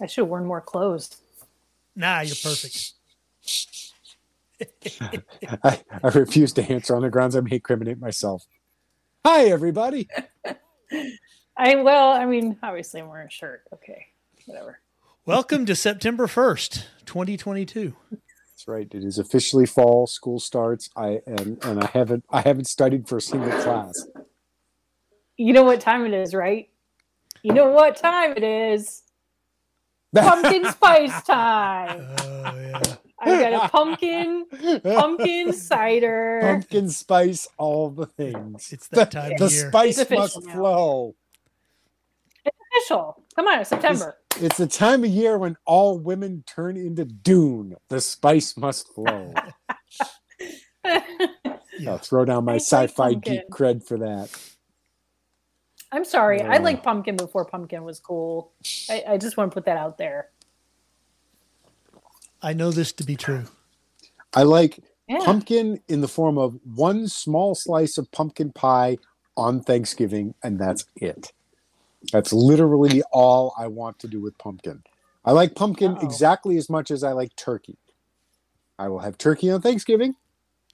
I should have worn more clothes. Nah, you're perfect. I, I refuse to answer on the grounds I may incriminate myself. Hi, everybody. I well, I mean, obviously I'm wearing a shirt. Okay, whatever. Welcome to September 1st, 2022. That's right. It is officially fall. School starts. I and and I haven't I haven't studied for a single class. You know what time it is, right? You know what time it is. Pumpkin spice time. Oh, yeah. I've got a pumpkin, pumpkin cider. Pumpkin spice, all the things. It's that time The of year. spice It's must official now. flow. Official. Come on, it's September. It's the time of year when all women turn into Dune. The spice must flow. I'll throw down my I like sci-fi geek pumpkin. cred for that. I'm sorry. I Yeah. like pumpkin before pumpkin was cool. I, I just want to put that out there. I know this to be true. I like Yeah. pumpkin in the form of one small slice of pumpkin pie on Thanksgiving, and that's it. That's literally all I want to do with pumpkin. I like pumpkin Uh-oh. exactly as much as I like turkey. I will have turkey on Thanksgiving,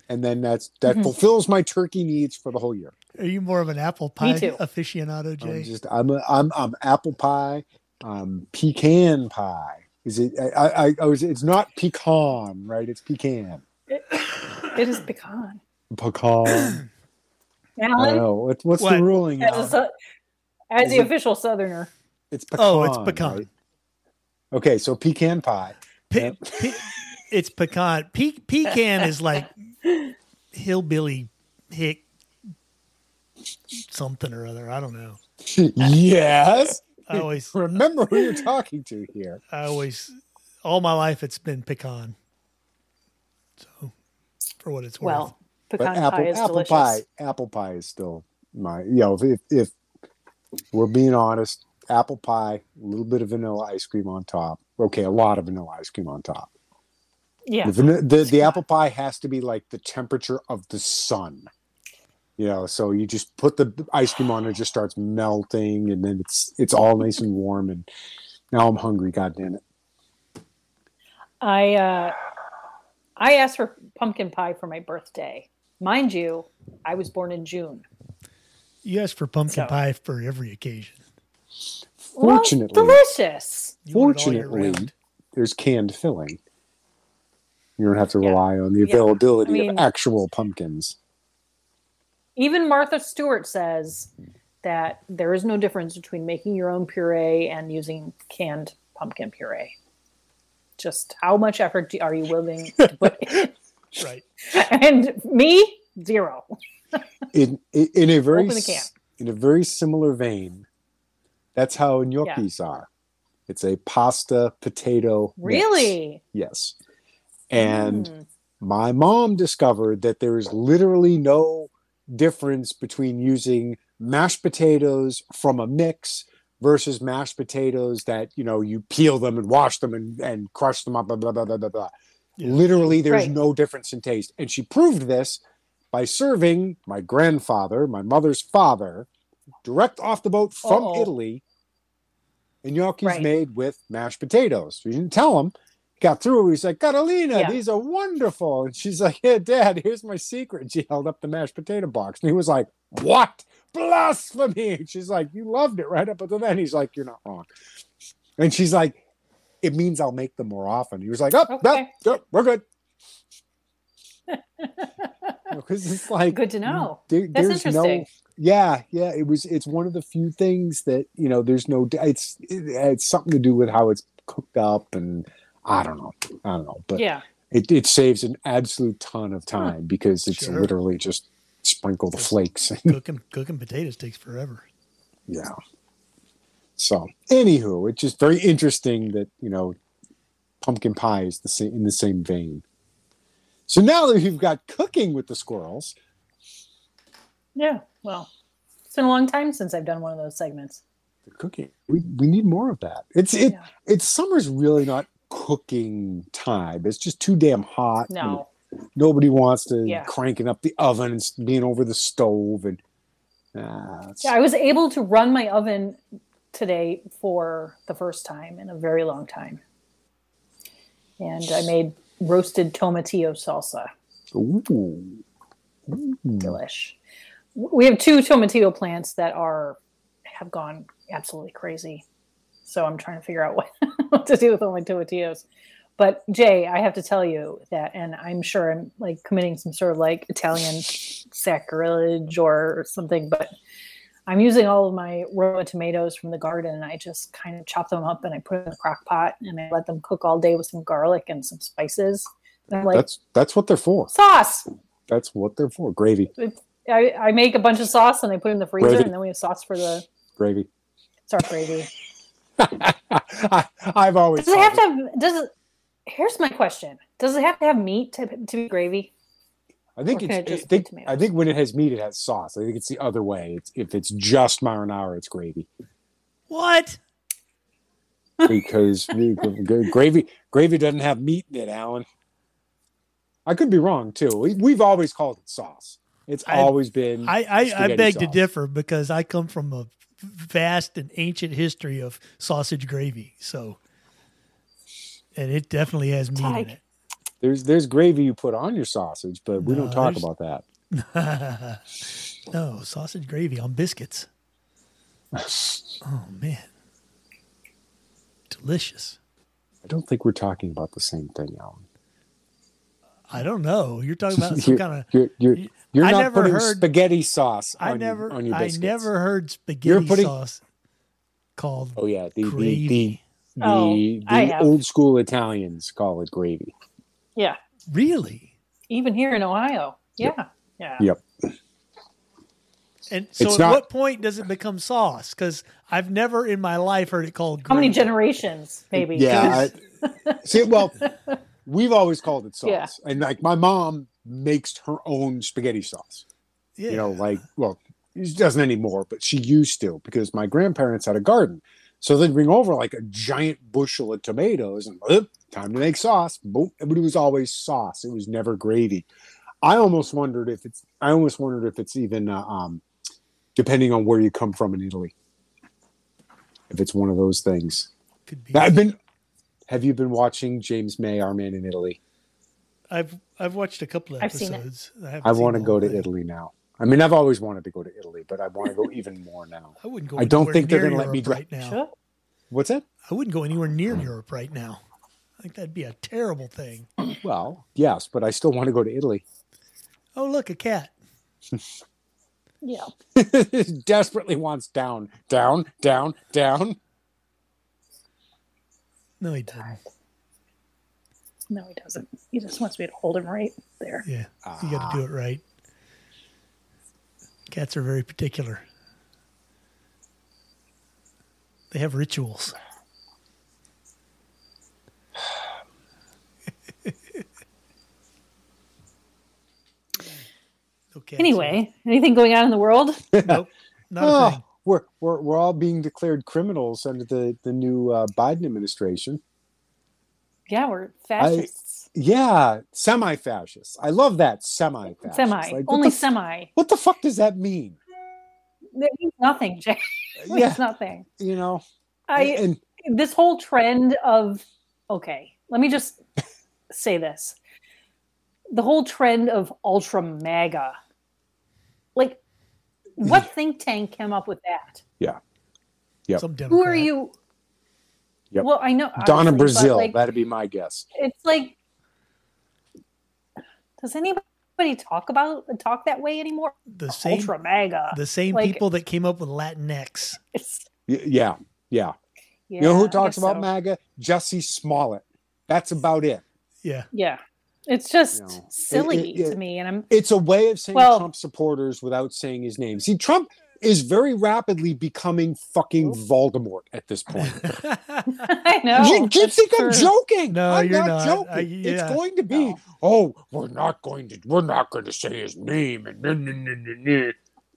and then that's that Mhm. fulfills my turkey needs for the whole year. Are you more of an apple pie too. aficionado, I'm Jay? just I'm a, I'm I'm apple pie, um pecan pie. Is it? I I, I was. It's not pecan, right? It's pecan. it is pecan. Pecan. I don't Alan, know. Oh, What, what's What? the ruling? as, a, now? sou- as Uh, Is the it- official Southerner, It's pecan. Oh, it's pecan. right? Okay, so pecan pie. Pe- pe- it's pecan. Pe- pecan is like hillbilly hick something or other. I don't know. yes. I always, Remember who you're talking to here. I always, all my life it's been pecan. So, for what it's worth, well, But pecan apple pie is apple delicious. pie apple pie is still my you know if, if we're being honest, apple pie, a little bit of vanilla ice cream on top. Okay, a lot of vanilla ice cream on top. Yeah, The, van- the the apple pie has to be like the temperature of the sun. You know, so you just put the ice cream on, it just starts melting, and then it's it's all nice and warm. And now I'm hungry. God damn it! I uh, I asked for pumpkin pie for my birthday. Mind you, I was born in June. you asked for pumpkin So- pie for every occasion. Well, Fortunately, delicious. You want it all year Fortunately, round. there's canned filling. You don't have to Yeah. rely on the Yeah. availability I mean- of actual pumpkins. Even Martha Stewart says that there is no difference between making your own puree and using canned pumpkin puree. Just how much effort do- are you willing to put in? right? and me, zero. In in, in a very Open the s- can. in a very similar vein, that's how gnocchis are. It's a pasta potato. mix. Really? Yes. And Mm. my mom discovered that there is literally no difference between using mashed potatoes from a mix versus mashed potatoes that you know you peel them and wash them and, and crush them up blah blah blah blah blah blah Yeah. literally there's Right. no difference in taste and she proved this by serving my grandfather my mother's father direct off the boat from Uh-oh. italy gnocchi's Right. made with mashed potatoes we didn't tell him got through. He's like, Catalina, Yeah. these are wonderful. And she's like, Yeah, Dad, here's my secret. And she held up the mashed potato box. And he was like, What? Blasphemy. And she's like, You loved it right up until then. He's like, You're not wrong. And she's like, It means I'll make them more often. He was like, Oh, no, Okay. no, we're good. Because it's like Good to know. there- That's there's interesting. no yeah yeah it was it's one of the few things that you know there's no it's it, it's something to do with how it's cooked up and i don't know i don't know but yeah. it, it saves an absolute ton of time because it's Sure. literally just sprinkle the Just- flakes cooking cooking potatoes takes forever. yeah so anywho it's just very interesting that you know pumpkin pie is the same in the same vein so now that you've got cooking with the squirrels Yeah. Well, it's been a long time since I've done one of those segments. the cooking we, we need more of that it's it Yeah. it's summer's really not cooking time it's just too damn hot and No. nobody wants to Yeah. cranking up the oven and s- being over the stove and uh, it's- Yeah, I was able to run my oven today for the first time in a very long time. And I made roasted tomatillo salsa. Ooh. Ooh. Delish. We have two tomatillo plants that are have gone absolutely crazy. So I'm trying to figure out what, what to do with all my tomatillos. But Jay, I have to tell you that, and I'm sure I'm like committing some sort of like Italian sacrilege or something, but I'm using all of my raw tomatoes from the garden and I just kind of chop them up and I put them in the crock pot and I let them cook all day with some garlic and some spices. And I'm like, That's that's what they're for. sauce. That's what they're for. Gravy, I, I make a bunch of sauce and I put it in the freezer Gravy. and then we have sauce for the gravy. sorry gravy. I, I've always. Does it have thought to have, does it, here's my question. Does it have to have meat to, to be gravy? I think Or it's. can it I just be think, I tomatoes? think when it has meat, it has sauce. I think it's the other way. It's if it's just marinara, it's gravy What? because we- g- gravy gravy doesn't have meat in it. Alan, I could be wrong too. We, we've always called it sauce. It's I- always been. I I, I Mm. Spaghetti beg to sauce. differ because I come from a vast and ancient history of sausage gravy. So, and it definitely has meat in Like- it. there's there's gravy you put on your sausage, but we No, don't talk there's- about that. no, sausage gravy on biscuits. Oh man. Delicious. I don't think we're talking about the same thing, Alan. I don't know. You're talking about some you're, kind of you're, you're, you're I not never putting heard- spaghetti sauce on, I never your, on your I biscuits. never heard You're spaghetti putting- sauce called Oh yeah, the the, the, gravy. the, Oh, I the have. old school Italians call it gravy. Yeah. Really? Even here in Ohio. Yeah. Yeah. Yep. And so It's at not- what point does it become sauce? Because I've never in my life heard it called How many gravy. generations, maybe? Yeah. I- see, well, we've always called it sauce, Yeah. and like my mom makes her own spaghetti sauce. Yeah. You know, like well, she doesn't anymore, but she used to because my grandparents had a garden, so they'd bring over like a giant bushel of tomatoes and "Oop, time to make sauce. Boom, but it was always sauce. It was never gravy. I almost wondered if it's. I almost wondered if it's even uh, um, depending on where you come from in Italy. If it's one of those things. Could be. Now, I've been. Have you been watching James May, Our Man in Italy? I've I've watched a couple of I've seen it. episodes. haven't I seen want the to whole go to thing. Italy now. I mean, I've always wanted to go to Italy, but I want to go even more now. I wouldn't go. I don't anywhere think they're near gonna let me Europe dri- right now. Sure. What's that? I wouldn't go anywhere near Europe right now. I think that'd be a terrible thing. Well, yes, but I still want to go to Italy. Oh, look, a cat. Yeah. Desperately wants down, down, down, down. No, he didn't. No, he doesn't. He just wants me to hold him right there. Yeah, Ah. you got to do it right. Cats are very particular. They have rituals. No cats Anyway, anything going on in the world? here. nope, not a Oh, thing. we're, we're, we're all being declared criminals under the, the new uh, Biden administration. Yeah, we're fascists. Yeah, semi fascists. I love that semi fascists. semi. Like, what Only the f- semi. What the fuck does that mean? It means nothing, Jay. It means Yeah, nothing. you know, I and this whole trend of okay, let me just say this. The whole trend of ultra MAGA. Like what think tank came up with that? Oh. Yep. Some Who Democrat. are you? Yep. Well, I know Donna obviously, but, Brazil. like, that'd be my guess. it's like does anybody talk about talk that way anymore The same, ultra mega the same like- people that came up with Latinx. It's- Y- yeah, yeah. yeah, You know I who guess talks about so. MAGA? Jesse Smollett. That's about it. Yeah, yeah it's just You know, it- silly it- it- to me and i'm It's a way of saying Well- Trump supporters without saying his name. See, Trump is very rapidly becoming fucking Voldemort at this point. i know you, you that's think I'm true. joking? No, I'm you're not, not. joking. I- It's yeah. going to be. No. Oh, we're not going to. We're not going to say his name. And nah, nah, nah, nah, nah."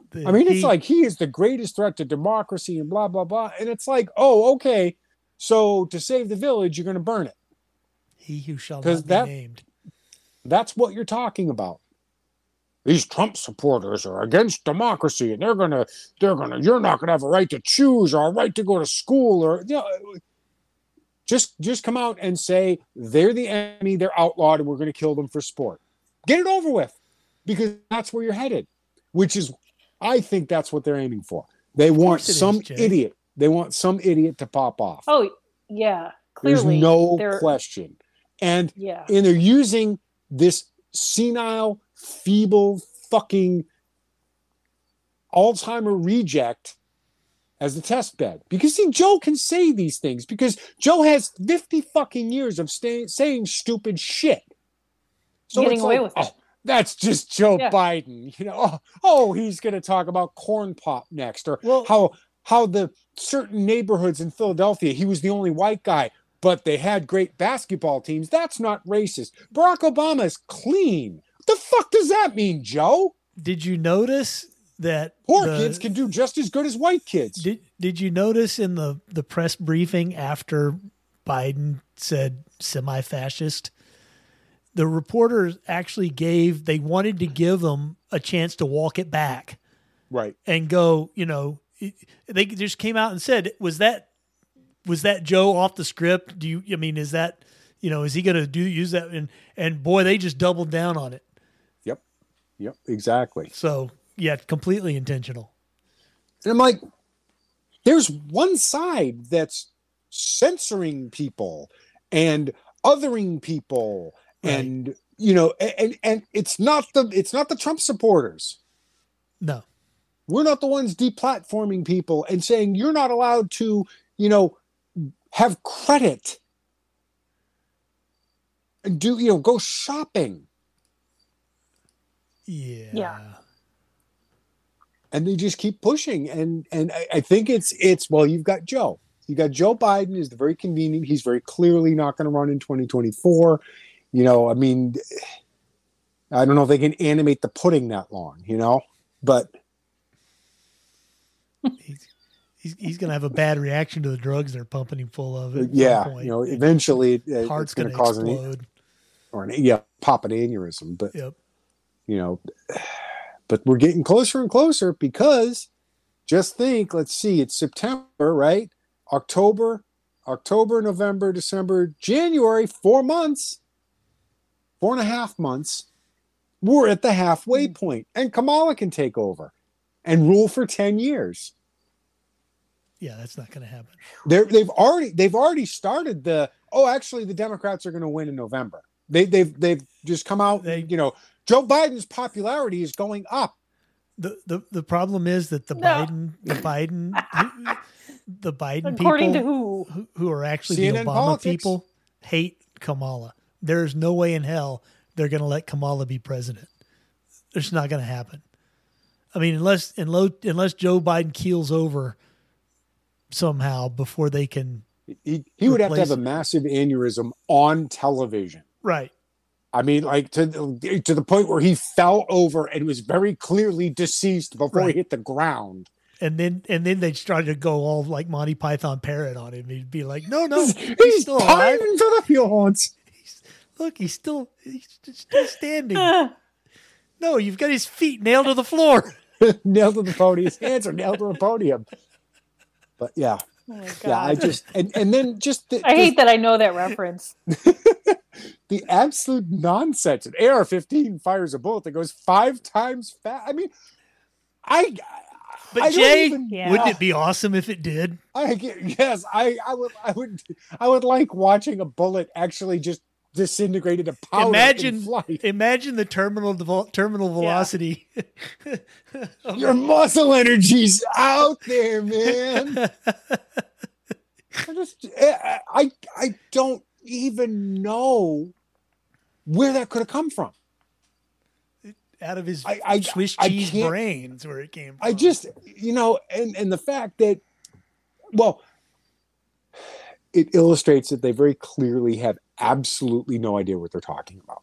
The- I mean, it's he- like he is the greatest threat to democracy and blah blah blah. And it's like, oh, okay. So to save the village, you're going to burn it. he who shall not 'cause be that- named. That's what you're talking about. these Trump supporters are against democracy and they're gonna they're gonna you're not gonna have a right to choose or a right to go to school or you know, just just come out and say they're the enemy, they're outlawed, and we're gonna kill them for sport. Get it over with. Because that's where you're headed, which is I think that's what they're aiming for. They want course it is, some Jay. idiot. They want some idiot to pop off. Oh yeah, clearly There's no they're- question. And Yeah, and they're using this senile, feeble, fucking Alzheimer reject as the test bed. Because see, Joe can say these things because Joe has 50 fucking years of stay, saying stupid shit. Getting it's away with it. "Oh, that's just Joe Yeah. Biden. You know, oh, oh he's going to talk about corn pop next or Well- how how the certain neighborhoods in Philadelphia, he was the only white guy, but they had great basketball teams. That's not racist. Barack Obama is clean. The fuck does that mean, Joe? Did you notice that Poor the- kids can do just as good as white kids. Did Did you notice in the the press briefing after Biden said semi-fascist, the reporters actually gave they wanted to give them a chance to walk it back right. and go, you know, it- they just came out and said, was that was that Joe off the script? Do you? I mean, is that you know, is he going to do use that? And and boy, they just doubled down on it. Yep. Yep. Exactly. So yeah, completely intentional. And I'm like, there's one side that's censoring people and othering people Right. and you know a- and and it's not the it's not the Trump supporters. No, We're not the ones deplatforming people and saying you're not allowed to, you know, have credit and do, you know, go shopping. yeah, Yeah. and they just keep pushing and and I, I think it's it's well you've got joe you got joe biden is very convenient he's very clearly not going to run in 2024 you know i mean i don't know if they can animate the pudding that long you know but He's, he's, he's going to have a bad reaction to the drugs they're pumping him full of. At yeah some point. you know eventually it, it- heart's it's going going to to cause an, explode. or an yeah pop an aneurysm but Yep. you know but we're getting closer and closer because just think let's see it's september right october october november december january four months four and a half months we're at the halfway point and kamala can take over and rule for 10 years Yeah, that's not going to happen. They're, they've already they've already started the oh actually the democrats are going to win in november they, they've they've just come out They- you know joe biden's popularity is going up the the The problem is that the No. Biden, the Biden, the Biden according people to who? who, who are actually the CNN Obama politics. people hate Kamala. There's no way in hell they're going to let Kamala be president. It's not going to happen. I mean, unless unless unless Joe Biden keels over somehow before they can. he, he would have to Replace have a it. massive aneurysm on television. Right. I mean, like to the- to the point where he fell over and was very clearly deceased before Right. he hit the ground. and then and then they started to go all like Monty Python parrot on him. He'd be like, "No, no, He's, he's, still alive. pining for the fields. Look, he's still he's just still standing. Uh, No, you've got his feet nailed to the floor." nailed to the podium. His hands are nailed to the podium. But yeah, oh my yeah, I God. just and, and then just the, I hate that I know that reference. the absolute nonsense. An AR-15 fires a bullet that goes five times fast. I mean, I. But I don't Jay, even- Yeah. wouldn't it be awesome if it did? I get, yes, I, I would I would I would like watching a bullet actually just disintegrate into powder Imagine- in flight. Imagine the terminal devo- terminal velocity. of- Your muscle energy's out there, man. I just I I- I don't even know where that could have come from. out of his I- I- Swiss I cheese can't- brains, where it came. from. I just, you know, and and the fact that, well, it illustrates that they very clearly have absolutely no idea what they're talking about.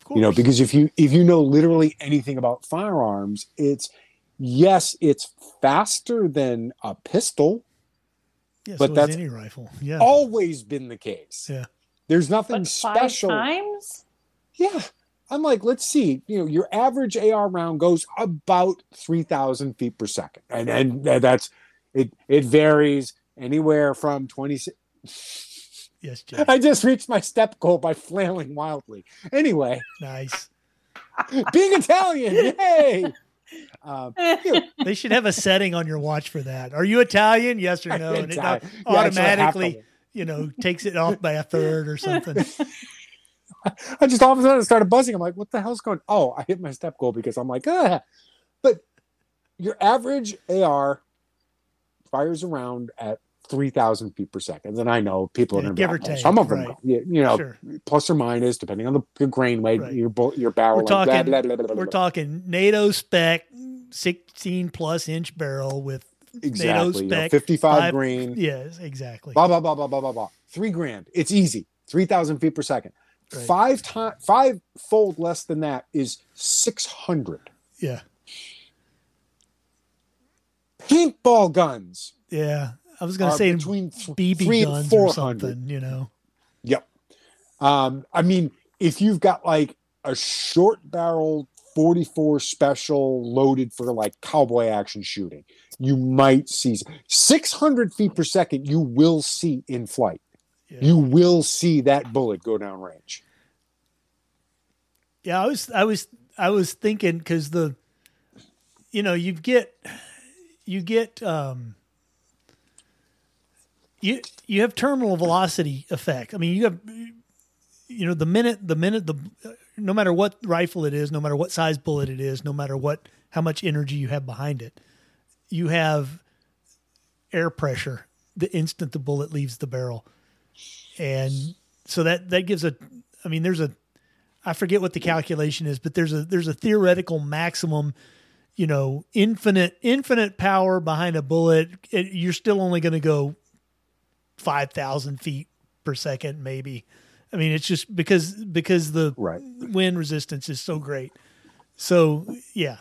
Of course. You know, because if you if you know literally anything about firearms, it's yes, it's faster than a pistol. Yeah, but so is that's- any rifle. Yeah, Always been the case. Yeah. There's nothing But five special. times? Yeah. I'm like, let's see. You know, your average AR round goes about three thousand feet per second, and and that's it. It varies anywhere from twenty. Yes, Jeff. I just reached my step goal by flailing wildly. Anyway, Nice. being Italian, yay! Um, They should have a setting on your watch for that. Are you Italian? Yes or no? And it Yeah, not it's like automatically, half you know, takes it off by a third or something. of- I just all of a sudden it started buzzing. I'm like, what the hell's going? Oh, I hit my step goal because I'm like, ah. But your average AR fires around at three thousand feet per second, and I know people are Yeah, going to give be or like, "Oh, take, some of them, right. go." you, you know, sure. plus or minus depending on the your grain weight, Right. your bo- your barrel. We're length, talking- blah, blah, blah, blah, We're blah. talking NATO spec, 16 plus inch barrel with, exactly you know, spec, fifty-five five- grain. yes, exactly. blah blah blah blah blah blah blah. Three grand. It's easy. Three thousand feet per second. Right. Five time, five fold less than that is six hundred. Yeah. Paintball guns Yeah. I was going are to say between th- BB three and guns or four hundred. something, you know. Yep. Um, I mean, if you've got like a short barrel 44 special loaded for like cowboy action shooting, you might see 600 feet per second. You will see in flight. Yeah. You will see that bullet go down range. Yeah, I was, I was, I was thinking because the, you know, you get, you get, um, you you have terminal velocity effect. I mean, you have, you know, the minute, the minute, the, no matter what rifle it is, no matter what size bullet it is, no matter what how much energy you have behind it, you have air pressure the instant the bullet leaves the barrel, and so that that gives a, I mean, there's a I forget what the calculation is, but there's a there's a theoretical maximum, you know, infinite infinite power behind a bullet. It, you're still only going to go five thousand feet per second, maybe. I mean, it's just because because the Right. wind resistance is so great. So yeah,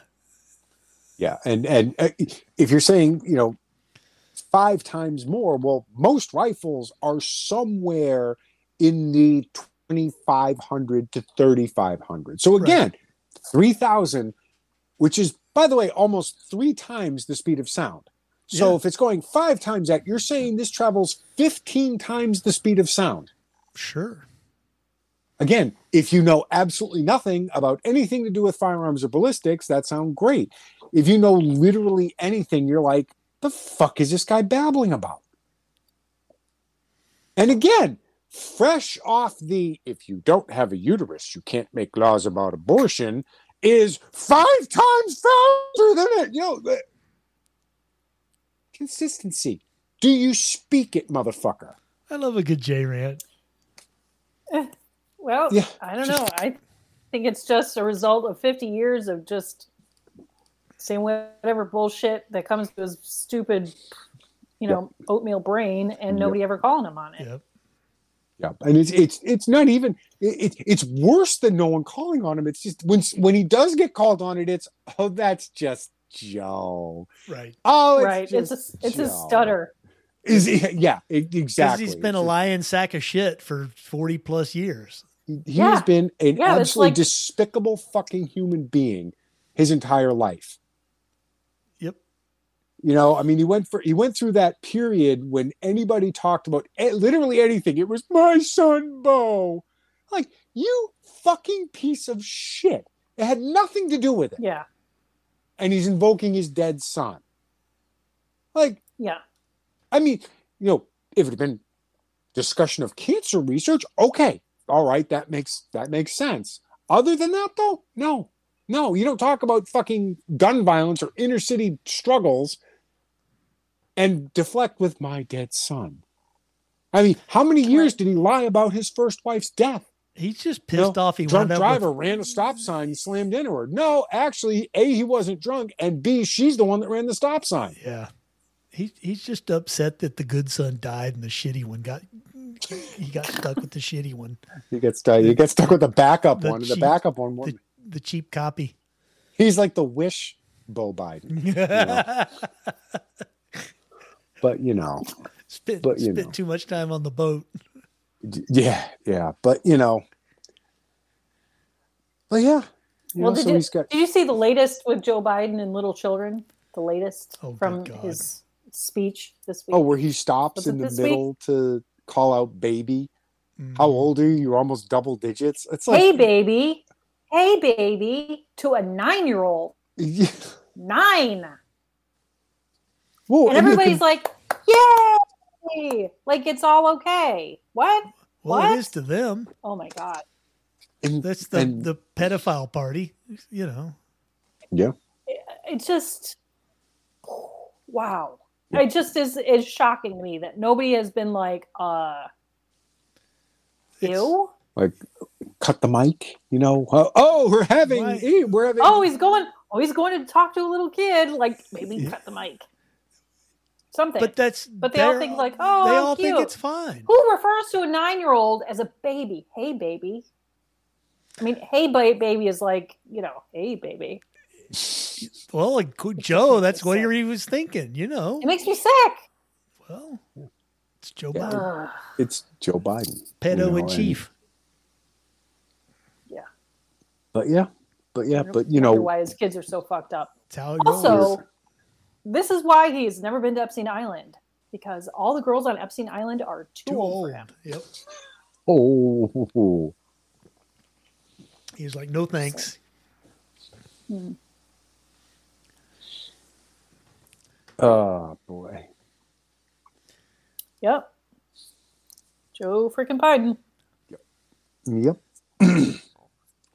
Yeah, and and uh, if you're saying you know five times more, well, most rifles are somewhere in the twenty five hundred to thirty five hundred. So Right. again, three thousand, which is by the way almost three times the speed of sound. So Yeah. if it's going five times that, you're saying this travels fifteen times the speed of sound. sure, Again, if you know absolutely nothing about anything to do with firearms or ballistics, that sounds great. If you know literally anything, you're like, the fuck is this guy babbling about? And again, fresh off the if you don't have a uterus, you can't make laws about abortion is five times faster than it. You know, the- consistency. Do you speak it, motherfucker? I love a good J rant. Well, Yeah. I don't know. I think it's just a result of 50 years of just saying whatever bullshit that comes to his stupid, you know, oatmeal brain and Yep. nobody ever calling him on it. Yep. Yeah, and it's it's it's not even it, it- it's worse than no one calling on him. It's just when when he does get called on it, it's oh that's just Joe. Right, Oh, it's right. It's just a, it's a Joe. stutter. Is he- yeah, e- because exactly. he's been a lying sack of shit for forty plus years. He Yeah. has been an Yeah, that's absolutely like- despicable fucking human being his entire life. Yep. You know, I mean, he went for he went through that period when anybody talked about eh, literally anything. It was my son Bo, like you fucking piece of shit. It had nothing to do with it, Yeah. and he's invoking his dead son. Like, Yeah. I mean, you know, if it had been discussion of cancer research, okay, all right, that makes that makes sense. Other than that, though, no, no, you don't talk about fucking gun violence or inner city struggles and deflect with my dead son. I mean, how many years did he lie about his first wife's death? He's just pissed off. He drunk wound up driver with, ran a stop sign and slammed into her. No, actually, A, he wasn't drunk, and B, she's the one that ran the stop sign. Yeah. He, he's just upset that the good son died and the shitty one got he got stuck with the shitty one, You get stuck. You get uh, stuck with the backup The one. and The cheap- backup one. the, the cheap copy. He's like the wish Bo Biden, but you know, spent But, you spent know. too much time on the boat. d- yeah, yeah, but you know, Well, yeah. You Well, know, did so you- he's got Did you see the latest with Joe Biden and little children? The latest Oh, good from God. his speech this week. oh, where he stops Was in it the this week? middle to call out baby. Mm. How Mm-hmm. old are you? You're almost double digits. It's like hey baby, hey baby, to a nine-year-old, Yeah. nine, Whoa, and and you everybody's can- like, "Yay!" Like it's all okay. What? Well, it What? is to them. Oh my god! and- That's the and- the pedophile party. You know, It's just wow. It just is is shocking to me that nobody has been like, uh, It's- ew. like cut the mic, you know. Uh, oh, we're having Right. eh, we're having Oh, he's going. Oh, he's going to talk to a little kid. Like maybe Yeah. cut the mic. Something. but that's But they all they're- think like, "Oh, they how all think cute." it's fine. Who refers to a nine-year-old as a baby? Hey, baby. I mean, hey, ba- baby is like you know, hey, baby. Well, like, good Joe, that's what Sick. he was thinking. You know, It makes me sick. well, it's Joe Yeah. Biden, Ugh. it's Joe Biden, you pedo know, in and- chief. But yeah, but yeah, but you know, why his kids are so fucked up. It's how it Oh, rolls. Also, this is why he's never been to Epstein Island because all the girls on Epstein Island are too, too old. old. For him. Yep. oh, He's like, no thanks. oh boy, Yep. Joe freaking Biden. yep.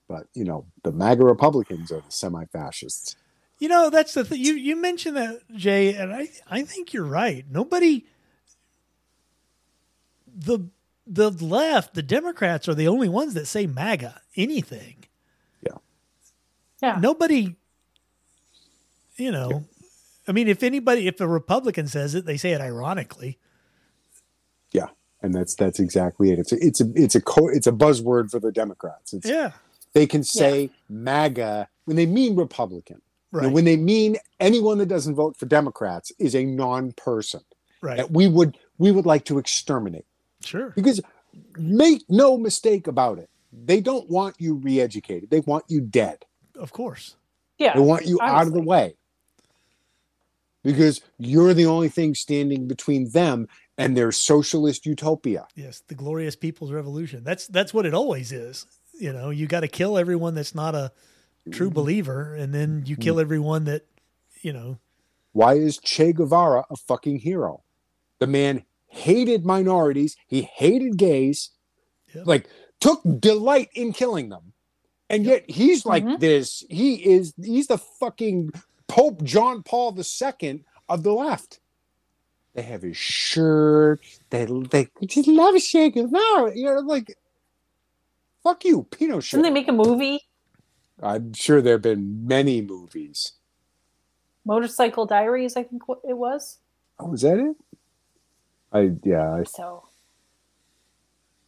but you know, the MAGA Republicans are the semi-fascists. You know, that's the thing. You you mentioned that Jay, and I I think you're right. Nobody, the the left, the Democrats are the only ones that say MAGA anything. Yeah. Nobody, you know, I mean, if anybody, if a Republican says it, they say it ironically. Yeah, and that's that's exactly it. It's a, it's a it's a co- it's a buzzword for the Democrats. It's, Yeah, They can say MAGA when they mean Republican. You know, right, when they mean anyone that doesn't vote for Democrats is a non-person. right, that we would we would like to exterminate sure, because make no mistake about it they don't want you re-educated they want you dead of course. Yeah. they want you out of the obviously. way because you're the only thing standing between them and their socialist utopia Yes, the glorious people's revolution. That's that's what it always is. You know, you got to kill everyone that's not a Mm-hmm. true believer, and then you kill everyone that, you know, why is che guevara a fucking hero the man hated minorities he hated gays Yep. like took delight in killing them and yet he's like Mhm. this he is he's the fucking pope john paul ii of the left they have his shirt they they just love che guevara you know like fuck you pinochet Didn't they make a movie, i'm sure there have been many movies Motorcycle Diaries? I think what it was. oh is that it i yeah i So.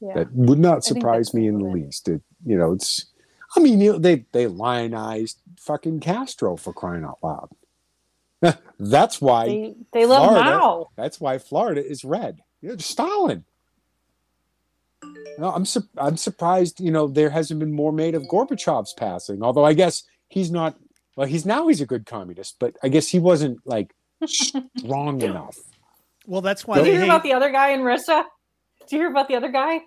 Yeah. that would not think surprise that's me in the part of it. least. It, you know, it's. I mean, you know, they they lionized fucking Castro for crying out loud. that's why. they they love Florida. Mao. that's why Florida is red. You know, Stalin. No, I'm su- I'm surprised. You know, there hasn't been more made of Gorbachev's passing. Although I guess he's not. Well, he's now he's a good communist, but I guess he wasn't like strong enough. well, that's why Did you they hear about hate the other guy in Russia? Did you hear about the other guy?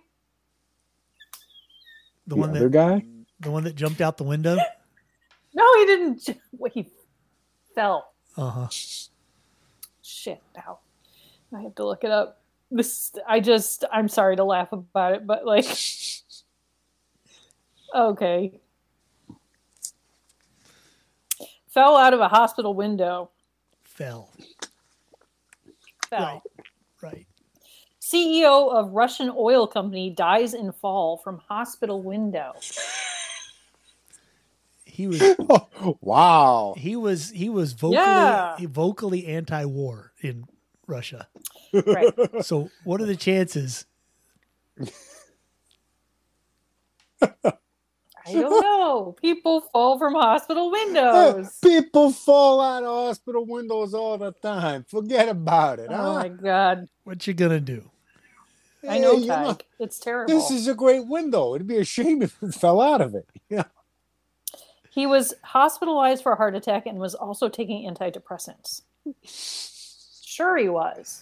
the one the other that guy. the one that jumped out the window. No, he didn't. j- Well, he fell. Uh huh. Shit, now I have to look it up. This, I just, I'm sorry to laugh about it, but like, okay, fell out of a hospital window. Fell. Fell. Right. Right. CEO E of Russian oil company dies in fall from hospital window. He was wow. he was he was vocally Yeah. vocally anti-war in Russia. Right. So what are the chances? I don't know. People fall from hospital windows. People fall out of hospital windows all the time. Forget about it. Oh huh? my god. What you gonna do? I Hey, know, you know, Ty. It's terrible. this is a great window. It'd be a shame if it fell out of it. Yeah. He was hospitalized for a heart attack and was also taking antidepressants. Sure, he was.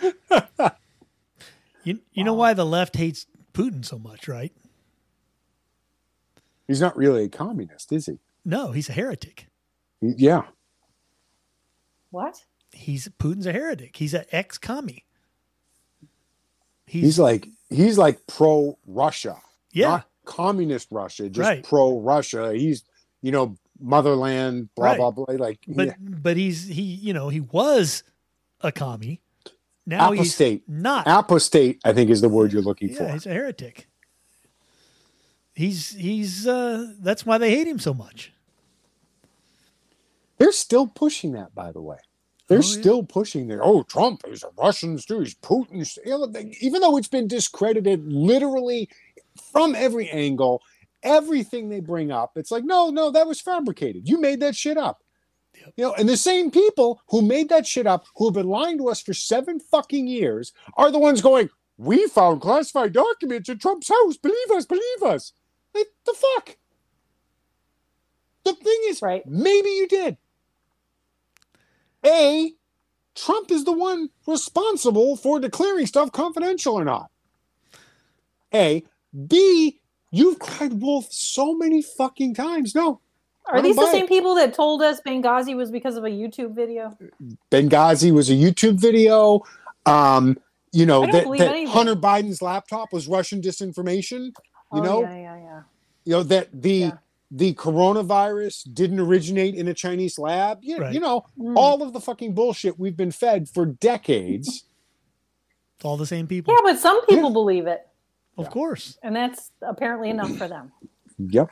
You, you know why the left hates Putin so much, right? He's not really a communist, is he? No, he's a heretic. He- Yeah. What? He's Putin's a heretic. He's an ex-commie. He's, He's like he's like pro Russia. yeah, Not communist Russia, just Right. pro Russia. He's you know, motherland, blah Right. blah blah. Like but yeah. but he's he you know he was a commie. Now he's Apostate. not. apostate, I think is the word you're looking yeah, for. he's a heretic. He's he's uh that's why they hate him so much. They're still pushing that, by the way. They're Oh, yeah. still pushing there. Oh, Trump is a Russian's too. He's Putin's. You know, they- Even though it's been discredited literally from every angle, everything they bring up, it's like, no, no, that was fabricated. You made that shit up. You know, and the same people who made that shit up, who have been lying to us for seven fucking years, are the ones going, we found classified documents in Trump's house. Believe us, believe us. Like, the fuck? The thing is, Right. maybe you did. A, Trump is the one responsible for declaring stuff confidential or not. A. B, you've cried wolf so many fucking times. No, I Are don't these the buy same it. people that told us Benghazi was because of a YouTube video? Benghazi was a YouTube video. Um, you know, I don't that, believe that anything. Hunter Biden's laptop was Russian disinformation. You oh, know? Yeah, yeah, yeah. You know, that the Yeah. the coronavirus didn't originate in a Chinese lab. You, Right. you know, Mm. all of the fucking bullshit we've been fed for decades. It's all the same people. Yeah, but some people believe it, Of course. and that's apparently enough for them. Yep.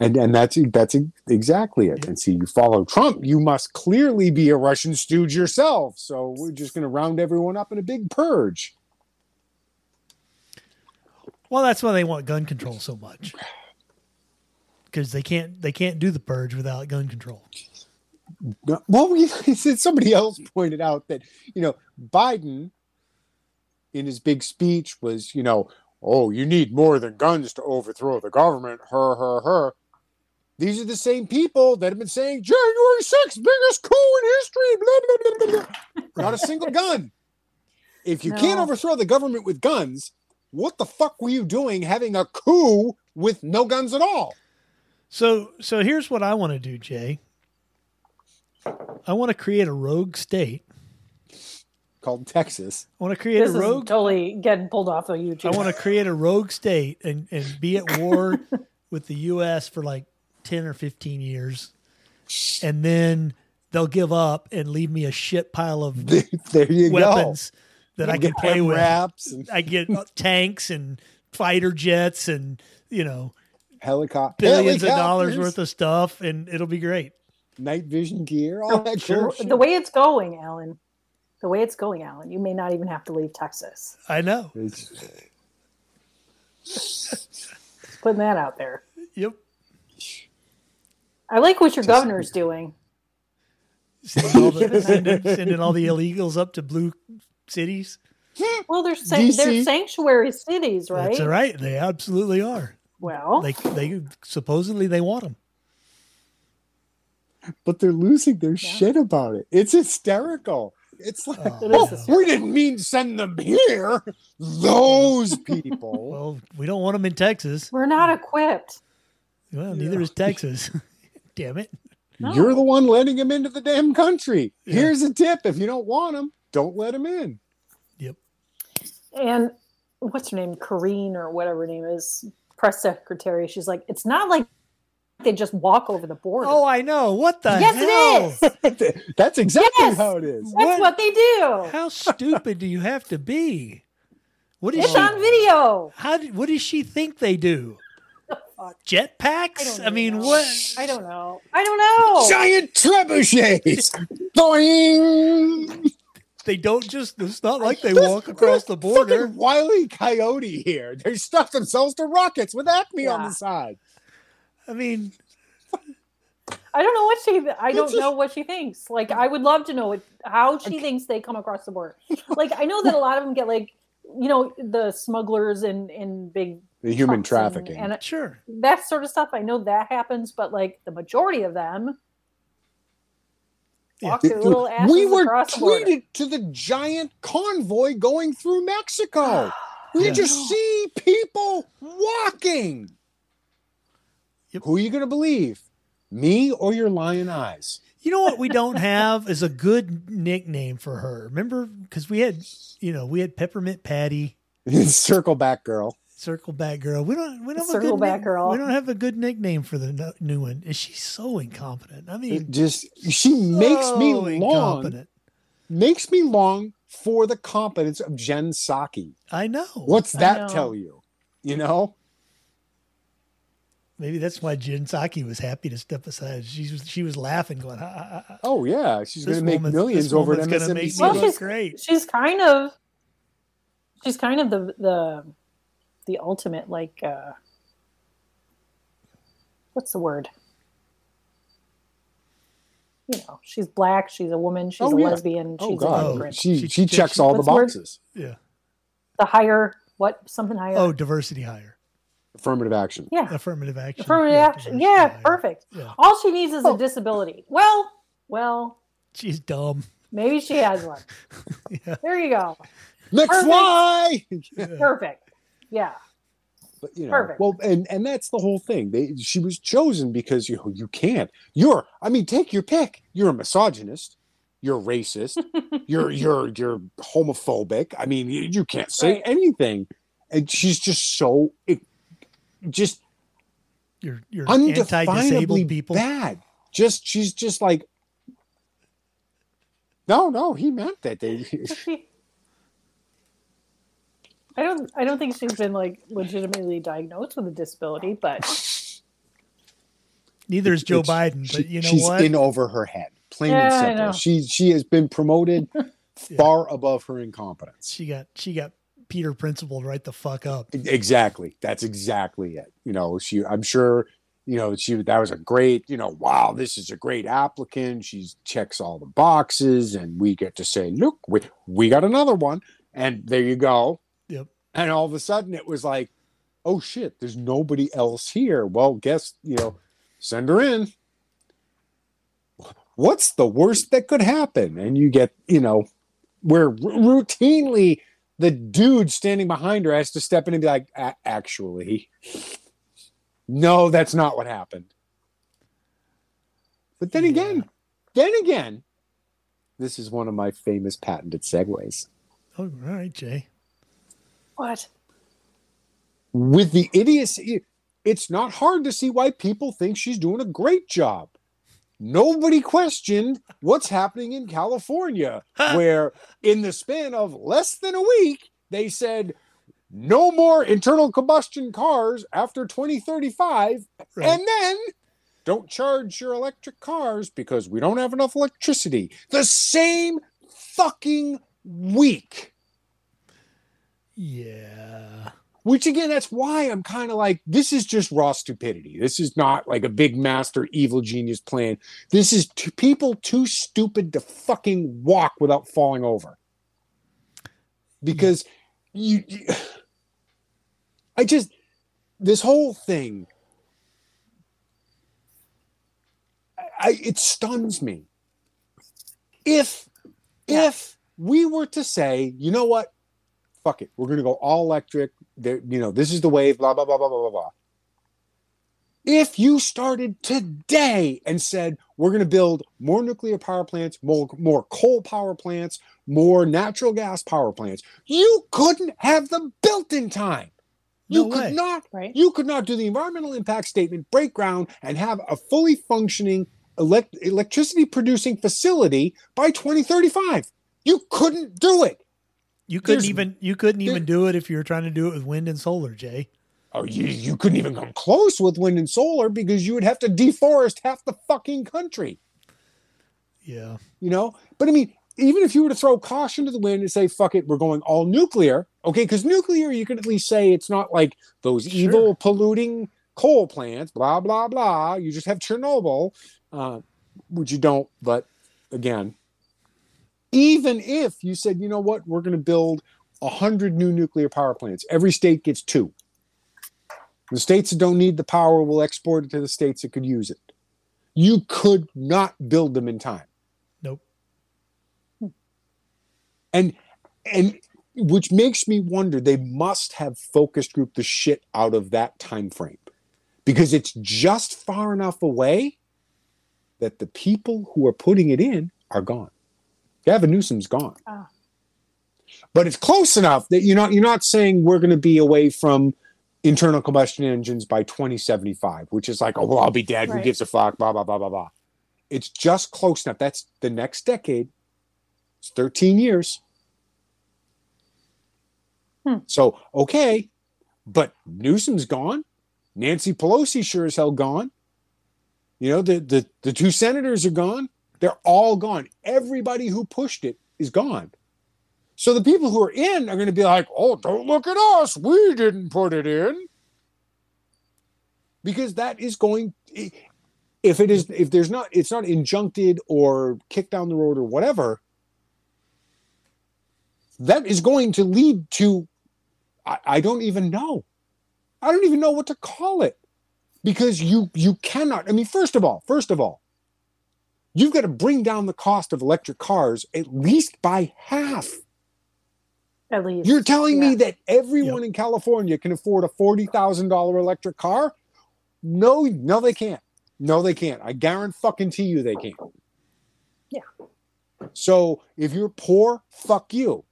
And and that's that's e, exactly it. And see, you follow Trump, you must clearly be a Russian stooge yourself. So we're just going to round everyone up in a big purge. Well, that's why they want gun control so much. Because they can't they can't do the purge without gun control. No- Well, we, somebody else pointed out that you know Biden, in his big speech, was you know, oh, you need more than guns to overthrow the government. Her, her, her. These are the same people that have been saying January 6th, biggest coup in history. Blah blah blah blah. blah. Not a single gun. If you can't No. overthrow the government with guns, what the fuck were you doing having a coup with no guns at all? So so here's what I want to do, Jay. I want to create a rogue state. Called Texas. I want to create This a is rogue totally getting pulled off of I YouTube. want to create a rogue state and, and be at war with the US for like 10 or 15 years. And then they'll give up and leave me a shit pile of there you weapons that go. I can play Web with. Wraps and I get tanks and fighter jets and, you know, helicopter billions of dollars worth of stuff and it'll be great. night vision gear, all that Sure. sure. the way it's going, Alan. The way it's going, Alan, you may not even have to leave Texas. I know. Just putting that out there. Yep. I like what your governor's doing. Send all the, sending, sending all the illegals up to blue cities. Well, they're san- they're DC. sanctuary cities, right? That's all right. They absolutely are. Well, They, they supposedly they want them. But they're losing their shit about it. It's hysterical. It's like, Oh, It is "Oh, hysterical." we didn't mean to send them here. Those people. Well, we don't want them in Texas. we're not equipped. Well, neither is Texas. Damn it. No. You're the one letting them into the damn country. Yeah. Here's a tip: if you don't want them, don't let them in. And what's her name, Corrine or whatever her name is, press secretary. She's like, it's not like they just walk over the border. Oh, I know. What the yes, hell? it is. That's exactly Yes! how it is. That's What? what, they do. How stupid do you have to be? What is It's she? on video. how? Did, what does she think they do? Jetpacks? don't I, mean, even know. what? I don't know. I don't know. Giant trebuchets. Boing. They don't just. It's not like they walk across the border. Fucking Wiley Coyote here. They stuff themselves to rockets with Acme on Yeah. the side. I mean, I don't know what she. I don't It's just- Mm. know what she thinks. Like, I would love to know what, how she thinks they come across the border. Like, I know that a lot of them get like, you know, the smugglers and and big the human trucks and- trafficking. and, uh, Sure. that sort of stuff. I know that happens, but like the majority of them Yeah. walk their little asses we were across the border. treated to the giant convoy going through Mexico. We Yeah. just see people walking. Yep. Who are you going to believe? Me or your lion eyes? You know what we don't have is a good nickname for her. Remember, because we had, you know, we had Peppermint Patty, Circle back, girl. Circle Back Girl. We don't, we don't have a Circle good Back nick- Girl. We don't have a good nickname for the no- new one. Is she so incompetent? I It mean, just she makes me so long, incompetent. makes me long for the competence of Jen Saki. I know. What's I that know. tell you? You know, Maybe that's why Jin Saki was happy to step aside. She was, she was laughing, going, "Ah, ha, ha, ha, ha. oh yeah, she's This going to make woman's- millions this over at woman's gonna make MSNBC. me Well, look she's- great. she's kind of she's kind of the the the ultimate like uh what's the word you know she's black she's a woman she's Oh, a yeah. lesbian Oh she's god, a Oh, immigrant she, She- she she- checks she- all the what's the word? boxes. Yeah. the higher what something higher Oh, diversity hire. Affirmative action. yeah Affirmative action. affirmative Yeah, action diversity yeah hire. perfect Yeah. all she needs is Oh. a disability well well She's dumb. maybe she has one Yeah. there you go McFly. Yeah. perfect yeah But, you know, Perfect. well, and and that's the whole thing. They, she was chosen because you know, you can't. You're, I mean, take your pick. You're a misogynist. You're racist. you're you're you're homophobic. I mean, you, you can't say Right. anything. And she's just so it, just You're, you're undefinably anti-disabled people. bad. Just she's just like, no, no, he meant that. They, She- I don't. I don't think she's been like legitimately diagnosed with a disability, but Neither is Joe It's- Biden, but she- you know she's what? in over her head. Plain Yeah, I and know. simple. She she has been promoted far above her incompetence. she got she got Peter Principle right the fuck up. Exactly. That's exactly it. You know, she I'm sure, you know, she that was a great, you know, wow, this is a great applicant. She checks all the boxes and we get to say, look, we we got another one. And there you go. Yep. And all of a sudden it was like, oh shit, there's nobody else here. Well, guess, you know, send her in. What's the worst that could happen? And you get, you know, where r- routinely the dude standing behind her has to step in and be like, "A- actually, no, that's not what happened. But then again, then again, this is one of my famous patented segues. Oh, all right, Jay. what? With the idiocy, it's not hard to see why people think she's doing a great job. Nobody questioned what's happening in California, where in the span of less than a week, they said no more internal combustion cars after 2035. Right. And then don't charge your electric cars because we don't have enough electricity. The same fucking week. yeah. Which again, that's why I'm kind of like, this is just raw stupidity. This is not like a big master evil genius plan. This is t- people too stupid to fucking walk without falling over. Because you, you, I just, this whole thing, I, I- it stuns me. If, Yeah. if we were to say, you know what, fuck it, we're going to go all electric there, you know, this is the wave, blah, blah, blah, blah, blah, blah, blah. If you started today and said, we're going to build more nuclear power plants, more, more coal power plants, more natural gas power plants, you couldn't have them built in time. You No could way. not Right? you could not do the environmental impact statement, break ground, and have a fully functioning elect- electricity producing facility by 2035. You couldn't do it. You couldn't There's- even you couldn't even there- do it if you were trying to do it with wind and solar, Jay. Oh, you, you couldn't even come close with wind and solar because you would have to deforest half the fucking country, Yeah. you know? But I mean, even if you were to throw caution to the wind and say, fuck it, we're going all nuclear, okay? Because nuclear, you can at least say it's not like those Sure. evil polluting coal plants, blah, blah, blah. You just have Chernobyl, uh, which you don't, but again, even if you said, you know what, we're going to build 100 new nuclear power plants, every state gets two. The states that don't need the power will export it to the states that could use it. You could not build them in time. Nope. And and which makes me wonder they must have focus group the shit out of that time frame because it's just far enough away that the people who are putting it in are gone. Gavin Newsom's gone. Ah. But it's close enough that you're not you're not saying we're going to be away from internal combustion engines by 2075, which is like, oh well, I'll be dead. Who Right. gives a fuck? Blah blah blah blah blah. It's just close enough. That's the next decade. It's 13 years. Hmm. So okay, but Newsom's gone. Nancy Pelosi sure as hell gone. You know, the the, the two senators are gone. They're all gone. Everybody who pushed it is gone. So the people who are in are going to be like, oh, don't look at us. We didn't put it in. Because that is going, if it is, if there's not, it's not injuncted or kicked down the road or whatever, that is going to lead to, I, I don't even know. I don't even know what to call it because you you cannot i mean first of all first of all you've got to bring down the cost of electric cars at least by half At least you're telling me Yeah. that everyone in California can afford a forty thousand dollar electric car? No, no, they can't. No, they can't. I guarantee you they can't. Yeah. So if you're poor, fuck you.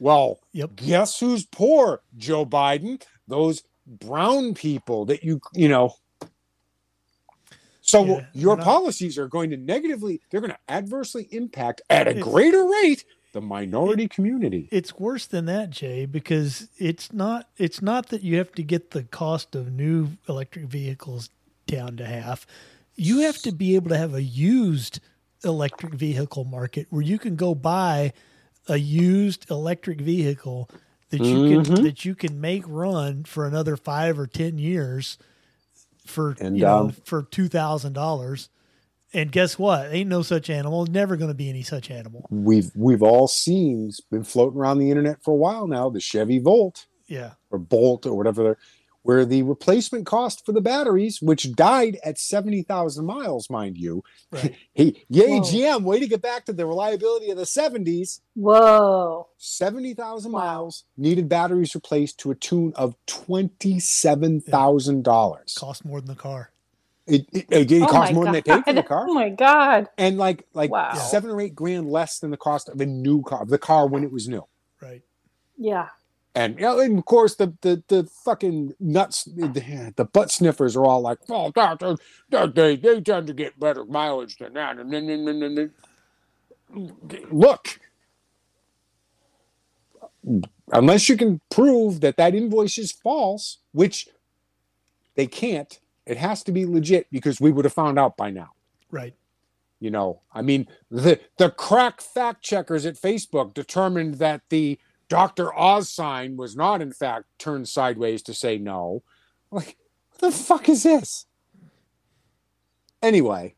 Well, Yep. guess who's poor, Joe Biden? Those brown people that you you know. So Yeah, your they're not- policies are going to negatively, they're going to adversely impact at a It's- greater rate the minority community. It's worse than that, Jay, because it's not it's not that you have to get the cost of new electric vehicles down to half. You have to be able to have a used electric vehicle market where you can go buy a used electric vehicle that you Mhm. can that you can make run for another 5 or 10 years for And, you know um, for $2,000. And guess what? Ain't no such animal. Never going to be any such animal. we've we've all seen it's been floating around the internet for a while now the chevy volt Yeah. or bolt or whatever they're- where the replacement cost for the batteries which died at 70,000 miles mind you Right. hey yay Whoa. gm way to get back to the reliability of the 70s Whoa. 70,000 Wow. miles needed batteries replaced to a tune of $27,000 Cost more than the car. it, it, it, it Oh costs my more than they paid for the God. car Oh my god. and like like Wow. seven or eight grand less than the cost of a new car of the car when it was new Right. Yeah. And, you know, and of course, the, the, the fucking nuts, the, the butt sniffers are all like, well, that- that- that- they, they tend to get better mileage than that. And then, then, then, then, then. Look, unless you can prove that that invoice is false, which they can't, it has to be legit because we would have found out by now. Right. You know, I mean, the the crack fact checkers at Facebook determined that the Dr. Oz sign was not, in fact, turned sideways to say no. Like, what the fuck is this? Anyway,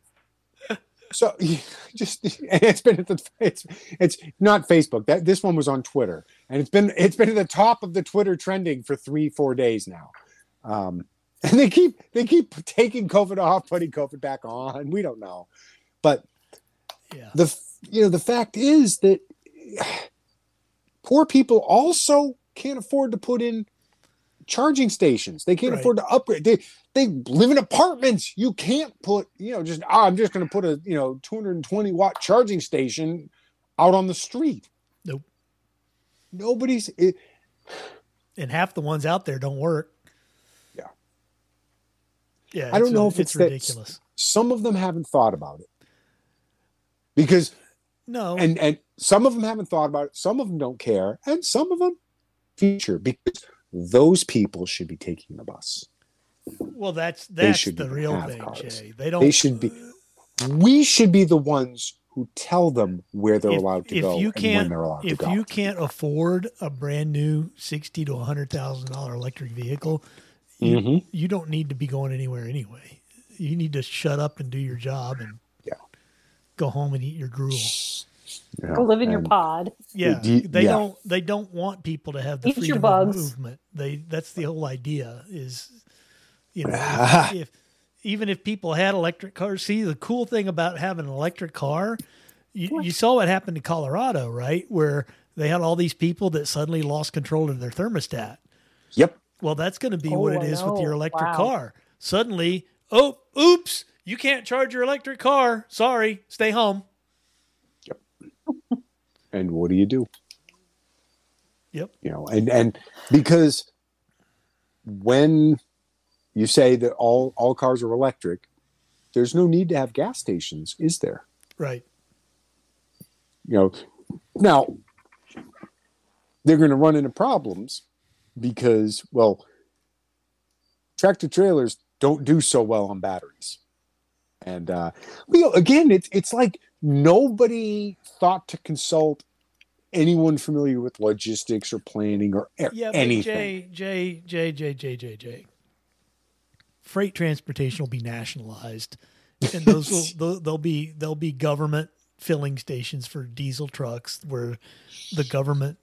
so just and it's been at the it's it's not Facebook. That this one was on Twitter, and it's been it's been at the top of the Twitter trending for three four days now. Um, and they keep they keep taking COVID off, putting COVID back on. We don't know, but Yeah. the f- you know the fact is that poor people also can't afford to put in charging stations they can't Right. afford to upgrade they they live in apartments you can't put you know just "Ah, i'm just going to put a you know 220 watt charging station out on the street Nope. nobody's eh, it, And half the ones out there don't work. Yeah. Yeah. I don't it's- know it's if it's that- ridiculous. some of them haven't thought about it because No. and and some of them haven't thought about it some of them don't care and some of them feature because those people should be taking the bus well, that's that's shouldn't the even real have thing, cars. Jay. They don't. they should be we should be the ones who tell them where they're If- allowed to if go you and when can't- they're allowed to If go you can't afford a brand new sixty to hundred thousand dollar electric vehicle, you, Mhm. you don't need to be going anywhere anyway. You need to shut up and do your job and Yeah. go home and eat your gruel. Yeah, Go live in your and- pod. Yeah, do you- they yeah. don't. They don't want people to have the Eat your freedom of bugs. movement. They that's the whole idea is You know, Ah. if even if people had electric cars, see the cool thing about having an electric car, you, you saw what happened to Colorado, right? Where they had all these people that suddenly lost control of their thermostat. Yep. Well, that's going to be Oh, what it I is with your know. electric Wow. car. Suddenly, oh, oops, you can't charge your electric car. Sorry, stay home. And what do you do? Yep. You know, and and because when you say that all all cars are electric, there's no need to have gas stations, is there? Right. you know now they're going to run into problems because well tractor trailers don't do so well on batteries and uh you know, again it's it's like nobody thought to consult anyone familiar with logistics or planning or a- Yeah. But anything J, J, J, J, J, J, J. Freight transportation will be nationalized, and those will they'll, they'll be they'll be government filling stations for diesel trucks where the government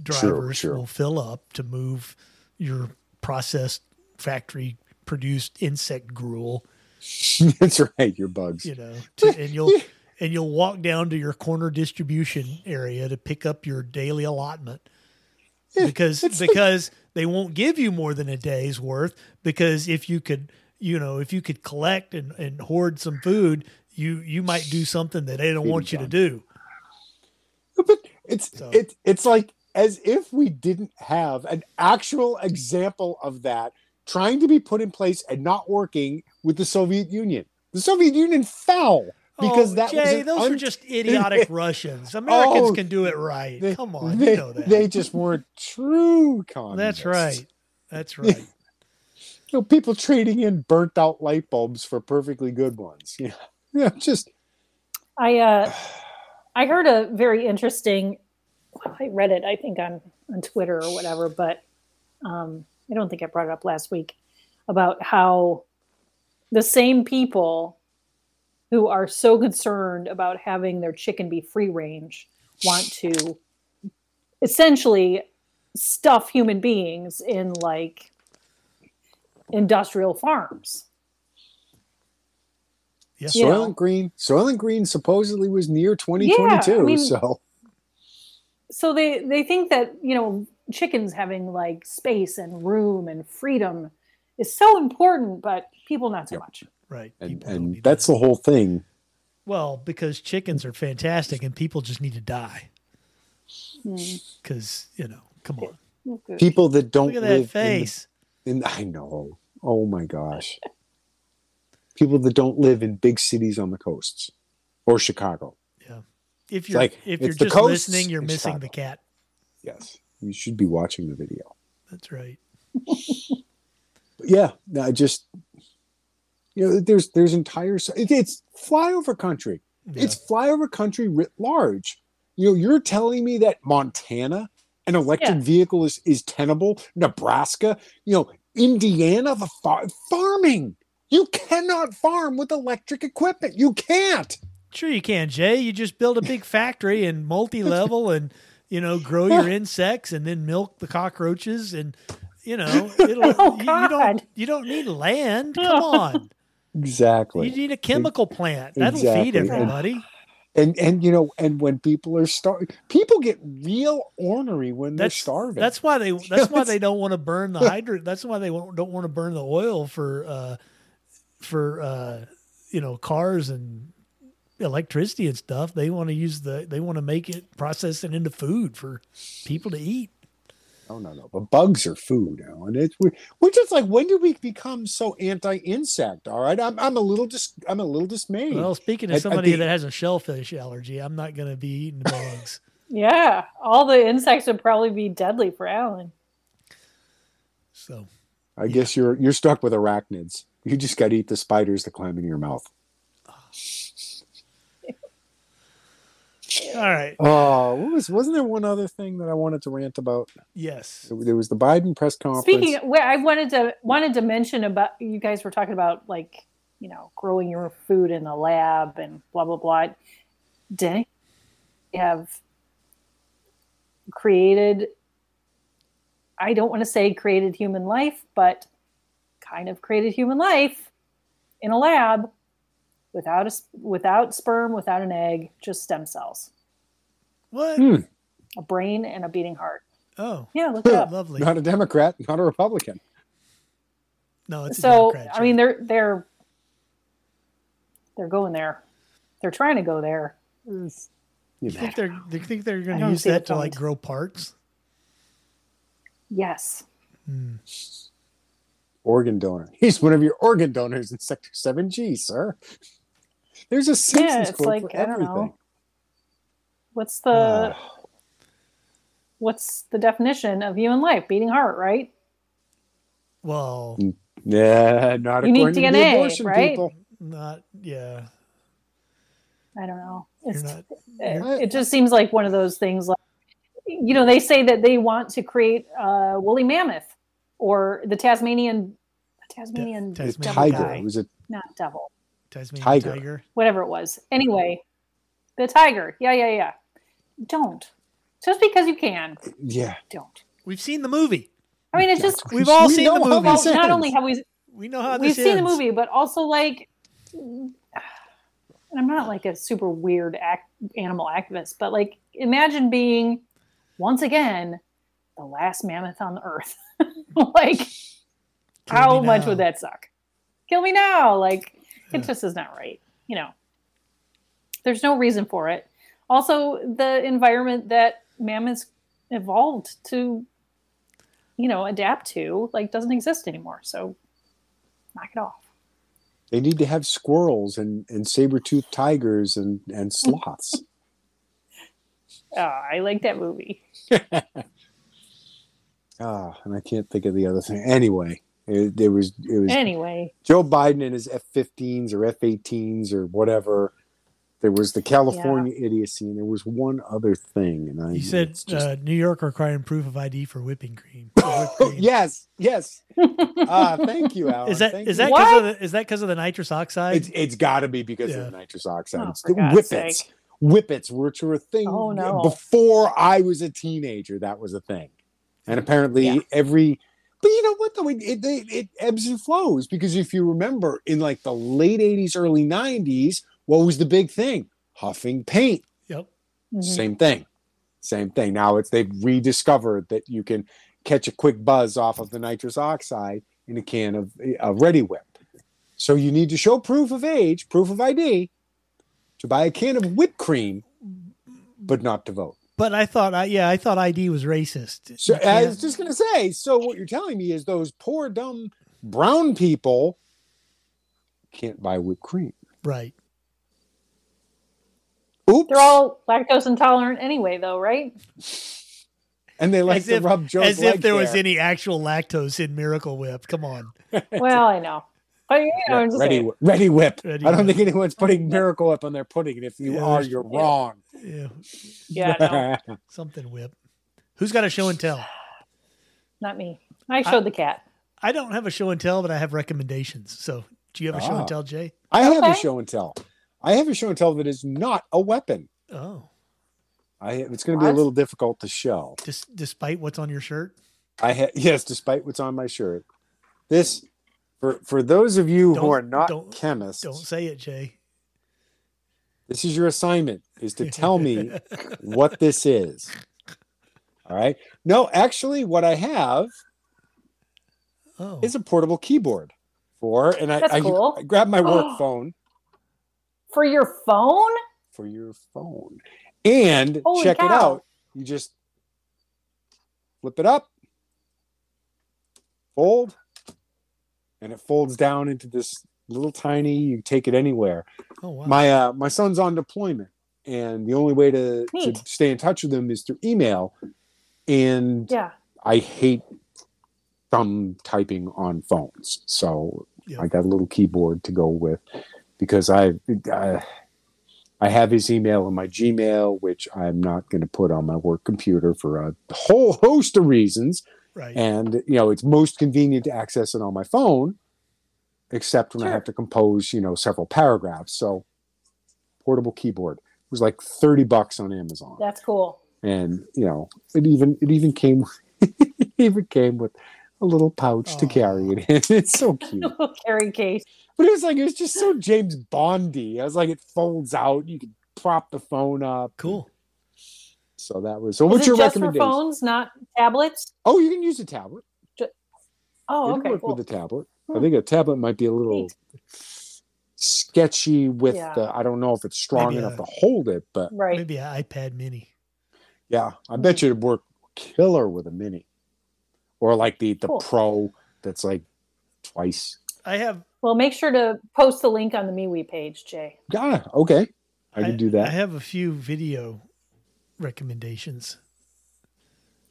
drivers sure. will fill up to move your processed factory produced insect gruel that's right your bugs you know, to, and you'll and you'll walk down to your corner distribution area to pick up your daily allotment because because they won't give you more than a day's worth because if you could you know if you could collect and, and hoard some food you you might do something that they don't Feeding want you to time. do But it's So- it, it's like as if we didn't have an actual example of that trying to be put in place and not working with the Soviet Union. The Soviet Union fell because Oh, that was Jay, an those un- are just idiotic Russians. Americans Oh, can do it right. they- Come on, they, you know that. they just weren't true communists. That's right. That's right. You know, people trading in burnt out light bulbs for perfectly good ones. Yeah. Yeah, just I uh, I heard a very interesting. I read it, I think on on Twitter or whatever, but um, I don't think I brought it up last week about how the same people who are so concerned about having their chicken be free range want to essentially stuff human beings in like industrial farms. Yeah. You know? Soylent Green. Soylent Green supposedly was near 2022. mean- so so they they think that you know chickens having like space and room and freedom is so important but people not so Yep. much Right. and, People don't and need that's that. the whole thing. well because chickens are fantastic and people just need to die. Mm. because you know, come on, Okay. People that don't look at live that face. In, the, in I know. Oh my gosh. People that don't live in big cities on the coasts or Chicago. If you're like, if it's you're the just coasts listening, you're in missing the Chicago. cat. Yes, you should be watching the video. That's right. But yeah, no, I just you know, there's there's entire it, it's flyover country. Yeah. It's flyover country writ large. You know, you're telling me that Montana, an electric Yeah. vehicle is is tenable. Nebraska, you know, Indiana, the far- farming. You cannot farm with electric equipment. You can't. sure you can, Jay. You just build a big factory and multi-level, and you know, grow your insects and then milk the cockroaches, and you know, it'll, Oh, you, you don't God. you don't need land. Come on, Exactly. you need a chemical plant that'll feed Exactly. everybody. and and you know and when people are starving people get real ornery when they're That's starving That's why they. That's why Yes. they don't want to burn the hydro. That's why they won't- don't want to burn the oil for, uh, for uh, you know, cars and electricity and stuff. They want to use the. They want to make it process it into food for people to eat. no no no but bugs are food Alan. It's we're, we're just like when did we become so anti-insect all right i'm, I'm a little dis- i'm a little dismayed Well, speaking At- of at somebody Hmm. the- that has a shellfish allergy, I'm not going to be eating bugs. yeah all the insects would probably be deadly for alan So i guess you're you're stuck with arachnids you just got to eat the spiders that climb into your mouth Oh. all right. oh what was wasn't there one other thing that i wanted to rant about Yes. there was the biden press conference speaking of, where i wanted to wanted to mention about you guys were talking about like you know growing your food in the lab and blah blah blah did you have created i don't want to say created human life but kind of created human life in a lab without a s- without sperm, without an egg, just stem cells, What? Hmm. a brain and a beating heart. Oh, Yeah, look it up. lovely. Not a Democrat, not a Republican. No, it's a so Democrat I mean, joke. they're they're they're going there. They're trying to go there. You You know. think they're they think they're I going to don't use see the that to like point. grow parts. Yes. Hmm. Organ donor. He's one of your organ donors in Sector 7G, sir. There's a Simpsons yeah, it's quote like for I don't everything. know. Uh, What's the Ah. what's the definition of human life? Beating heart, right? Well, Yeah, not You need according to the DNA, abortion right? people. not yeah. I don't know. You're It's, not. it, it just seems like one of those things. Like you know, they say that they want to create a woolly mammoth or the Tasmanian Tasmanian Tas- It's Tasmanian devil tiger. guy. It was a not devil. Tasmanian tiger. Tiger. whatever it was. Anyway, the tiger. Yeah, yeah, yeah. Don't. Just because you can, yeah. don't. We've seen the movie. I mean, it's just We've all seen know the how movie. well, this not ends. only have we We know we've how Ah, this seen the ends. movie, but also like, and I'm not like a super weird act, animal activist, but like, imagine being once again the last mammoth on the earth. like, Kill how me much now. would that suck? Kill me now. Like, it just is not right. You know, there's no reason for it. Also, the environment that mammoths evolved to, you know, adapt to, like, doesn't exist anymore. So, knock it off. They need to have squirrels and, and saber-toothed tigers and, and sloths. Oh, I like that movie. ah, and I can't think of the other thing. Anyway, it, there was it was Anyway, Joe Biden and his F-15s or F-18s or whatever. There was the California idiocy, and there was one other thing. And I You said it's just- uh, New York requiring proof of ID for whipping cream. for whipped Oh, cream. yes, yes. Ah, thank you, Alan. Is that Thank is you. that because of the, is that because of the nitrous oxide? It's it's got to be because Yeah. of the nitrous oxide. Oh, It's for the God's whippets. Whippets were to a thing Oh, no. before I was a teenager. That was a thing, and apparently Yeah. every. But you know what though? It, it they- it ebbs and flows because if you remember, in like the late '80s, early '90s, what was the big thing? Huffing paint. yep. Mhm. Mm-hmm. Same thing. Same thing. Now it's they've rediscovered that you can catch a quick buzz off of the nitrous oxide in a can of a ready whip. So you need to show proof of age, proof of ID, to buy a can of whipped cream, but not to vote. But I thought I yeah I thought ID was racist. So You I can't- was just gonna say, so what you're telling me is those poor dumb brown people can't buy whipped cream. right. Oops. They're all lactose intolerant anyway, though, right? and they like as to if- rub Joe's As if leg there was hair. any actual lactose in Miracle Whip. Come on. Well, I know. But, you know, I'm just ready, saying, Whi- ready whip. Ready I don't Whip. think anyone's putting miracle whip on their pudding, and if you Yeah, are, there's- you're wrong. Yeah, yeah, no, something whip. Who's got a show and tell? not me. I showed the cat. I don't have a show and tell, but I have recommendations. So do you have a show Ah. and tell, Jay? I have a Okay. show and tell. I have a show and tell that is not a weapon. Oh, I it's going to be a What? little difficult to show. just despite what's on your shirt. I ha- yes, despite what's on my shirt, this for for those of you Don't- who are not don't- chemists, Don't say it, Jay. this is your assignment: is to tell me what this is. All right. No, actually, what I have Oh, is a portable keyboard for, and I, That's I, cool. I grabbed my work phone. For your phone? for your phone. And Holy check it cow. out. You just flip it up, fold, and it folds down into this little tiny. You take it anywhere. oh wow. My uh, my son's on deployment, and the only way to, to Neat. stay in touch with him is through email. And Yeah. I hate thumb typing on phones. So Yeah. I got a little keyboard to go with because I I, I have his email in my Gmail, which I'm not going to put on my work computer for a whole host of reasons. right. And you know, it's most convenient to access it on my phone, except when I Sure. have to compose you know several paragraphs. So portable keyboard it was like 30 bucks on Amazon That's cool. and you know it even it even came it even came with a little pouch to Aw. carry it in. It's so cute. Carry case. But it was like it was just so James Bondy. I was like, it folds out. You could prop the phone up. Cool. So that was. So Is what's it your just for recommendation? phones, not tablets? Oh, you can use a tablet. Oh, you can okay. work Cool. with a tablet. I Hmm. think a tablet might be a little Neat. sketchy with Yeah. the. I don't know if it's strong Maybe enough a- to hold it, but Right. Maybe an iPad mini. yeah, I bet you it'd work killer with a mini, or like the the Cool. pro that's like twice. I have Well, make sure to post the link on the MeWe page, Jay. Yeah, okay, I, can do that. I have a few video recommendations.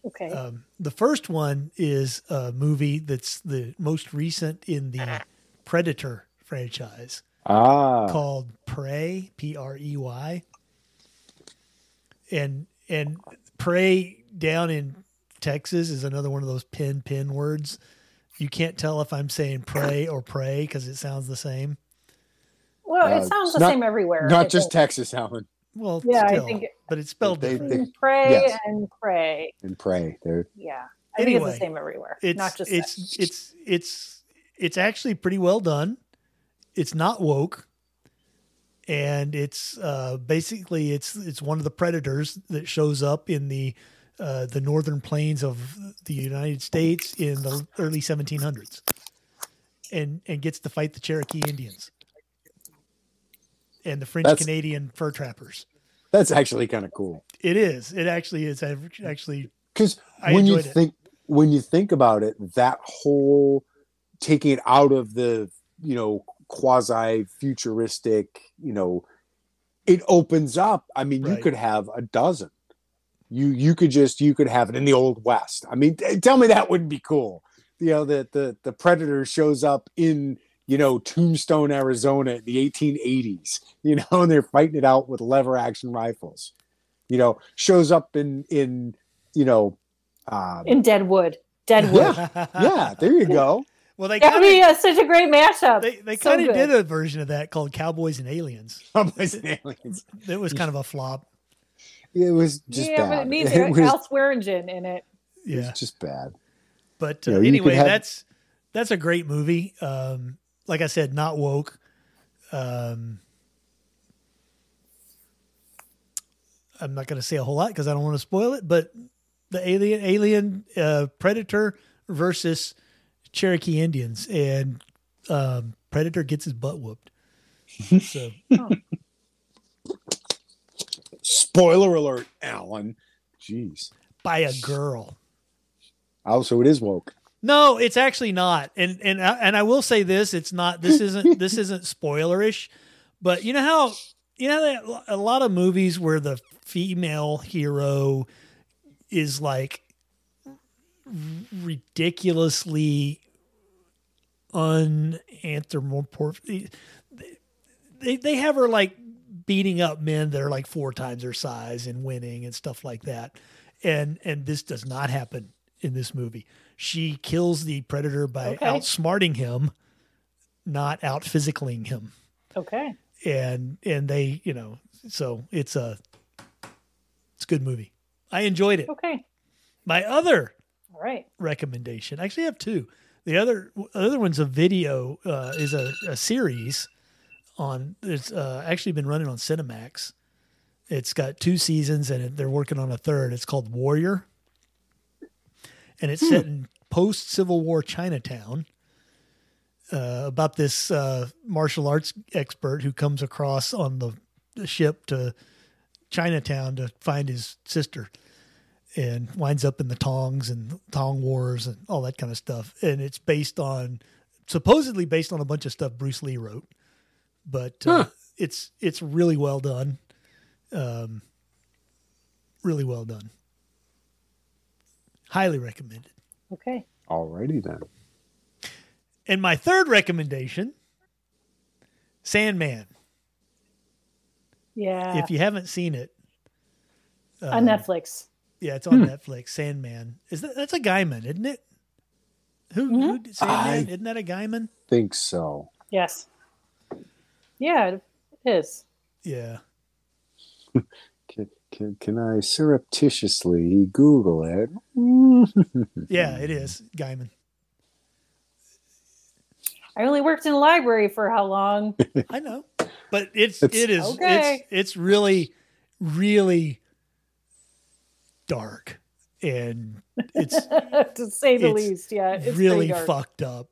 Okay. Uh, Um, the first one is a movie that's the most recent in the Predator franchise ah, called Prey, P R E Y. And and Prey down in Texas is another one of those pin pin words. You can't tell if I'm saying pray or pray because it sounds the same. well, uh, it sounds the not- same everywhere. I not just think. Texas, Alan, Well, Yeah, I still, think it- but it's spelled They- different. they- pray Yes. and pray. and pray. There, Yeah. I think Anyway, it's the same everywhere. it's not just it's that. it's it's it's actually pretty well done. It's not woke, and it's uh, basically it's it's one of the predators that shows up in the uh, the northern plains of the United States in the early 1700s, and and gets to fight the Cherokee Indians and the French That's- Canadian fur trappers. that's actually kind of cool. It is. It actually is. I've actually because I when you enjoyed it. think when you think about it, that whole taking it out of the you know quasi futuristic, you know, it opens up. I mean, you Right. could have a dozen. You you could just you could have it in the old west. I mean, t- tell me that wouldn't be cool. You know that the the predator shows up in you know Tombstone, Arizona, in the 1880s. You know, and they're fighting it out with lever action rifles. You know, shows up in in you know, um, in Deadwood. Deadwood. Yeah. yeah, there you go. Well, they That would kind be of uh, such a great mashup. they, they So kind of good. did a version of that called Cowboys and Aliens. Cowboys and aliens. That was kind of a flop. It was just yeah, but it bad. needs It was- Al Swearingen in it. it was Yeah, just bad. but you uh, know, you could anyway, have- that's that's a great movie. Um, like I said, not woke. Um, I'm not going to say a whole lot because I don't want to spoil it. But the alien alien uh, predator versus Cherokee Indians, and um, predator gets his butt whooped. So Spoiler alert, Alan. Jeez. by a girl. Oh, so it is woke. No, it's actually not. And and I- and I will say this: it's not. This isn't. this isn't spoilerish. But you know how you know that a lot of movies where the female hero is like ridiculously unanthropomorphic. They they have her like beating up men that are like four times her size and winning and stuff like that. And and this does not happen in this movie. She kills the predator by Okay. outsmarting him, not out physicaling him. Okay. And and they, you know, so it's a it's a good movie. I enjoyed it. Okay. My other All right. recommendation. I actually have two. The other other one's a video uh, is a, a series on it's uh, actually been running on Cinemax. It's got two seasons and they're working on a third. It's called Warrior, and it's set in post Civil War Chinatown. Uh, about this uh, martial arts expert who comes across on the, the ship to Chinatown to find his sister and winds up in the Tongs and Tong Wars and all that kind of stuff. And it's based on, supposedly based on a bunch of stuff Bruce Lee wrote, but uh, Huh. it's it's really well done, um, really well done. Highly recommended. Okay. Alrighty then. And my third recommendation, Sandman. Yeah. If you haven't seen it, uh, on um, Netflix. Yeah, it's on Netflix. Sandman is that, that's a Guyman, isn't it? Who, who did- Sandman? I- Isn't that a Guyman? Think so. Yes. Yeah, it is. Yeah, Can, can, can I surreptitiously Google it? Mm-hmm. yeah, it is Guyman. I only worked in a library for how long? I know, but it's, It's- it is Okay. it's it's really really dark and it's to say the It's least. Yeah, it's pretty really dark. fucked up.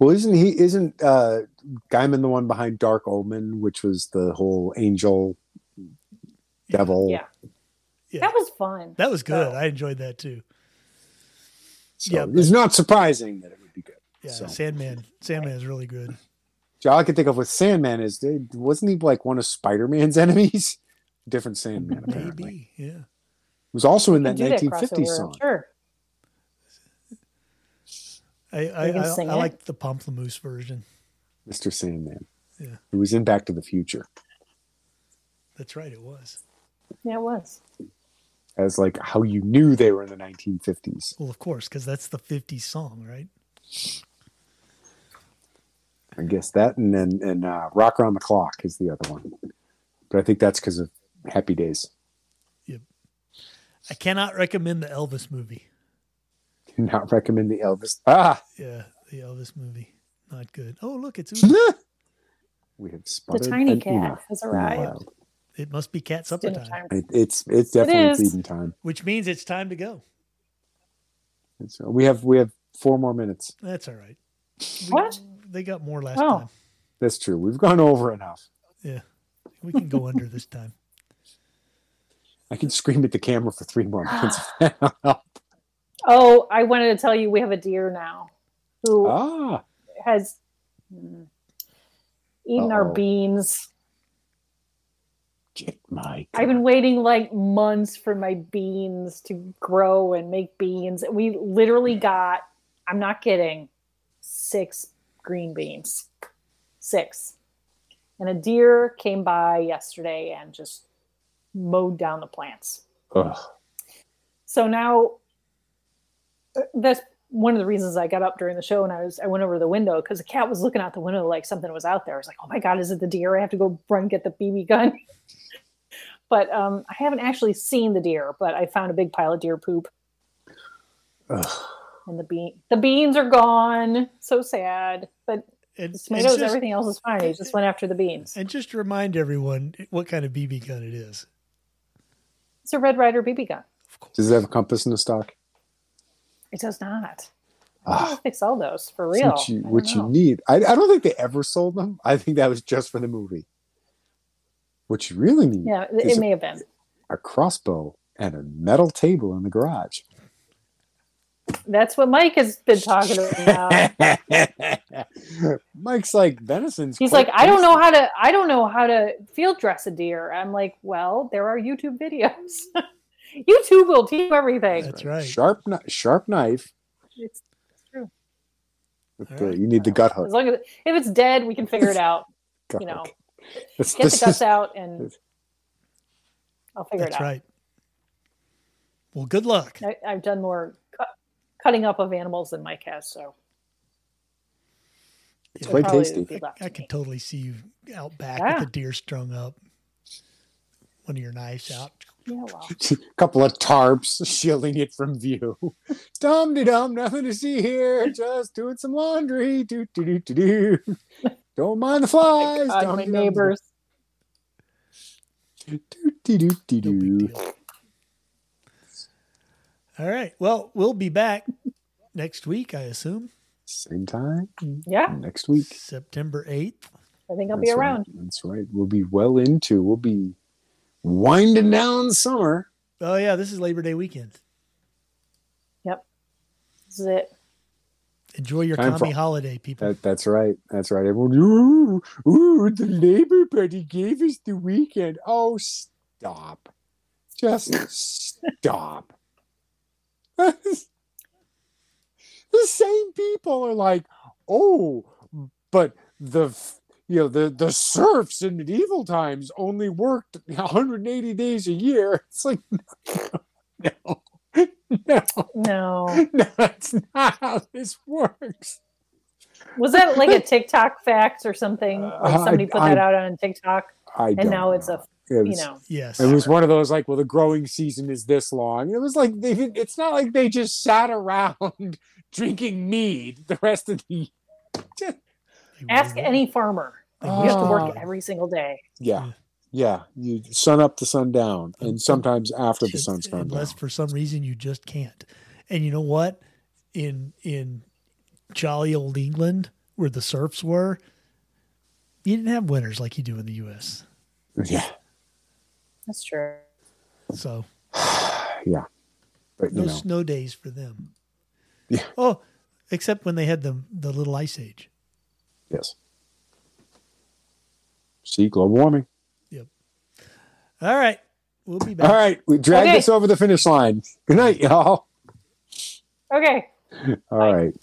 Well, isn't he? Isn't uh, Gaiman the one behind Dark Omen, which was the whole angel, devil? Yeah. Yeah. That was fun. That was good. Oh. I enjoyed that too. So Yeah, it's not surprising that it would be good. Yeah, So- Sandman. Sandman is really good. So all I can think of with Sandman is, dude, wasn't he like one of Spider Man's enemies? Different Sandman, apparently. Maybe. Yeah. was also in that We can do 1950 crossover, song. Sure. I I, You I, can sing I it. like the Pomplamoose version. Mr. Sandman. Yeah. It was in Back to the Future That's right. It was. Yeah, it was. as like how you knew they were in the 1950s. Well, of course, because that's the 50s song, right? I guess that and then and uh, Rock Around the Clock is the other one. But I think that's because of Happy Days. I cannot recommend the Elvis movie. Not recommend the Elvis. Ah, Yeah, the Elvis movie. Not good. Oh, look, it's Una. we have The spotted tiny an cat Una has in the arrived. wild. It must be cat supper Dinner time, time. It, it's it's definitely is. feeding time. which means it's time to go. And so we have we have four more minutes. That's all right. We- What? They got more last Oh. time. That's true. We've gone over enough. We can go under this time. I can scream at the camera for three more minutes. ah, Oh, I wanted to tell you we have a deer now who oh, has mm, eaten our Uh-oh. beans. get my. I've been waiting like months for my beans to grow and make beans. We literally got, I'm not kidding, six green beans. Six. And a deer came by yesterday and just mowed down the plants. Ugh. So now uh, that's one of the reasons I got up during the show and I was I went over to the window because the cat was looking out the window like something was out there. I was like, oh my god, is it the deer? I have to go run get the BB gun. but um, I haven't actually seen the deer, but I found a big pile of deer poop Ugh. and the bean the beans are gone. So sad. But And, the and tomatoes, just- everything else is fine. He just went after the beans. and just to remind everyone what kind of BB gun it is. It's a Red Rider BB gun. Of course. Does it have a compass in the stock? It does not. I Ah, think they sell those Oh, for it's real. What you, I don't what you know. need. I, I don't think they ever sold them. I think that was just for the movie. What you really need Yeah, it, Is it it- may have been. a crossbow and a metal table in the garage. That's what Mike has been talking about. Mike's like venison's. He's quite like, I don't know tasty." how to, I don't know how to field dress a deer. I'm like, well, there are YouTube videos. YouTube will teach you everything. That's right. Sharp, kni- sharp knife. It's true. with All the- right. You need the gut hook. As long as if it's dead, we can figure it out. Gut you know, hook. This- Get the this guts is- out, and I'll figure That's it out. right. Well, good luck. I, I've done more cu- cutting up of animals than Mike has, so It's it'll quite probably tasty. be left I to can me. totally see you out back Yeah. with the deer strung up, one of your knives out. Yeah, well, couple of tarps shielding it from view. Dum de dum, nothing to see here. Just doing some laundry. Do do do do do. Don't mind the flies. God, Oh uh, my neighbors. Do do No do do big do. deal. All right. Well, we'll be back next week, I assume, Same time Yeah, next week. September eighth. I think I'll be That's right. around. That's right. We'll be well into. We'll be winding down summer. Oh yeah, this is Labor Day weekend. This is it. Enjoy your Time commie for- holiday, people. That, that's right. That's right. Everyone. Ooh, ooh, the Labor Party gave us the weekend. Oh, stop. Just stop. the same people are like, oh, but the f- you know the the serfs in medieval times only worked 180 days a year. It's like no, no, no, No, no that's not how this works. was that like a TikTok fact or something? Like Uh, I- somebody put I- that out on TikTok, I and now it's a you know yes. It was one of those like, well, the growing season is this long. It was like they did, it's not like they just sat around drinking mead the rest of the you Ask will. any farmer. You have to Ah. work Oh. every single day. Yeah. Yeah. You sun up to sundown and sometimes after the Just- sun's gone down. unless for some reason you just can't. And you know what? In in jolly old England, where the serfs were, you didn't have winters like you do in the U.S. Yeah. That's true. So Yeah. But you no know, snow days for them. Yeah. Oh, except when they had the the little ice age. yes. See, global warming. All right, we'll be back. All right. We dragged Okay. this over the finish line. Good night, y'all. Okay. All right.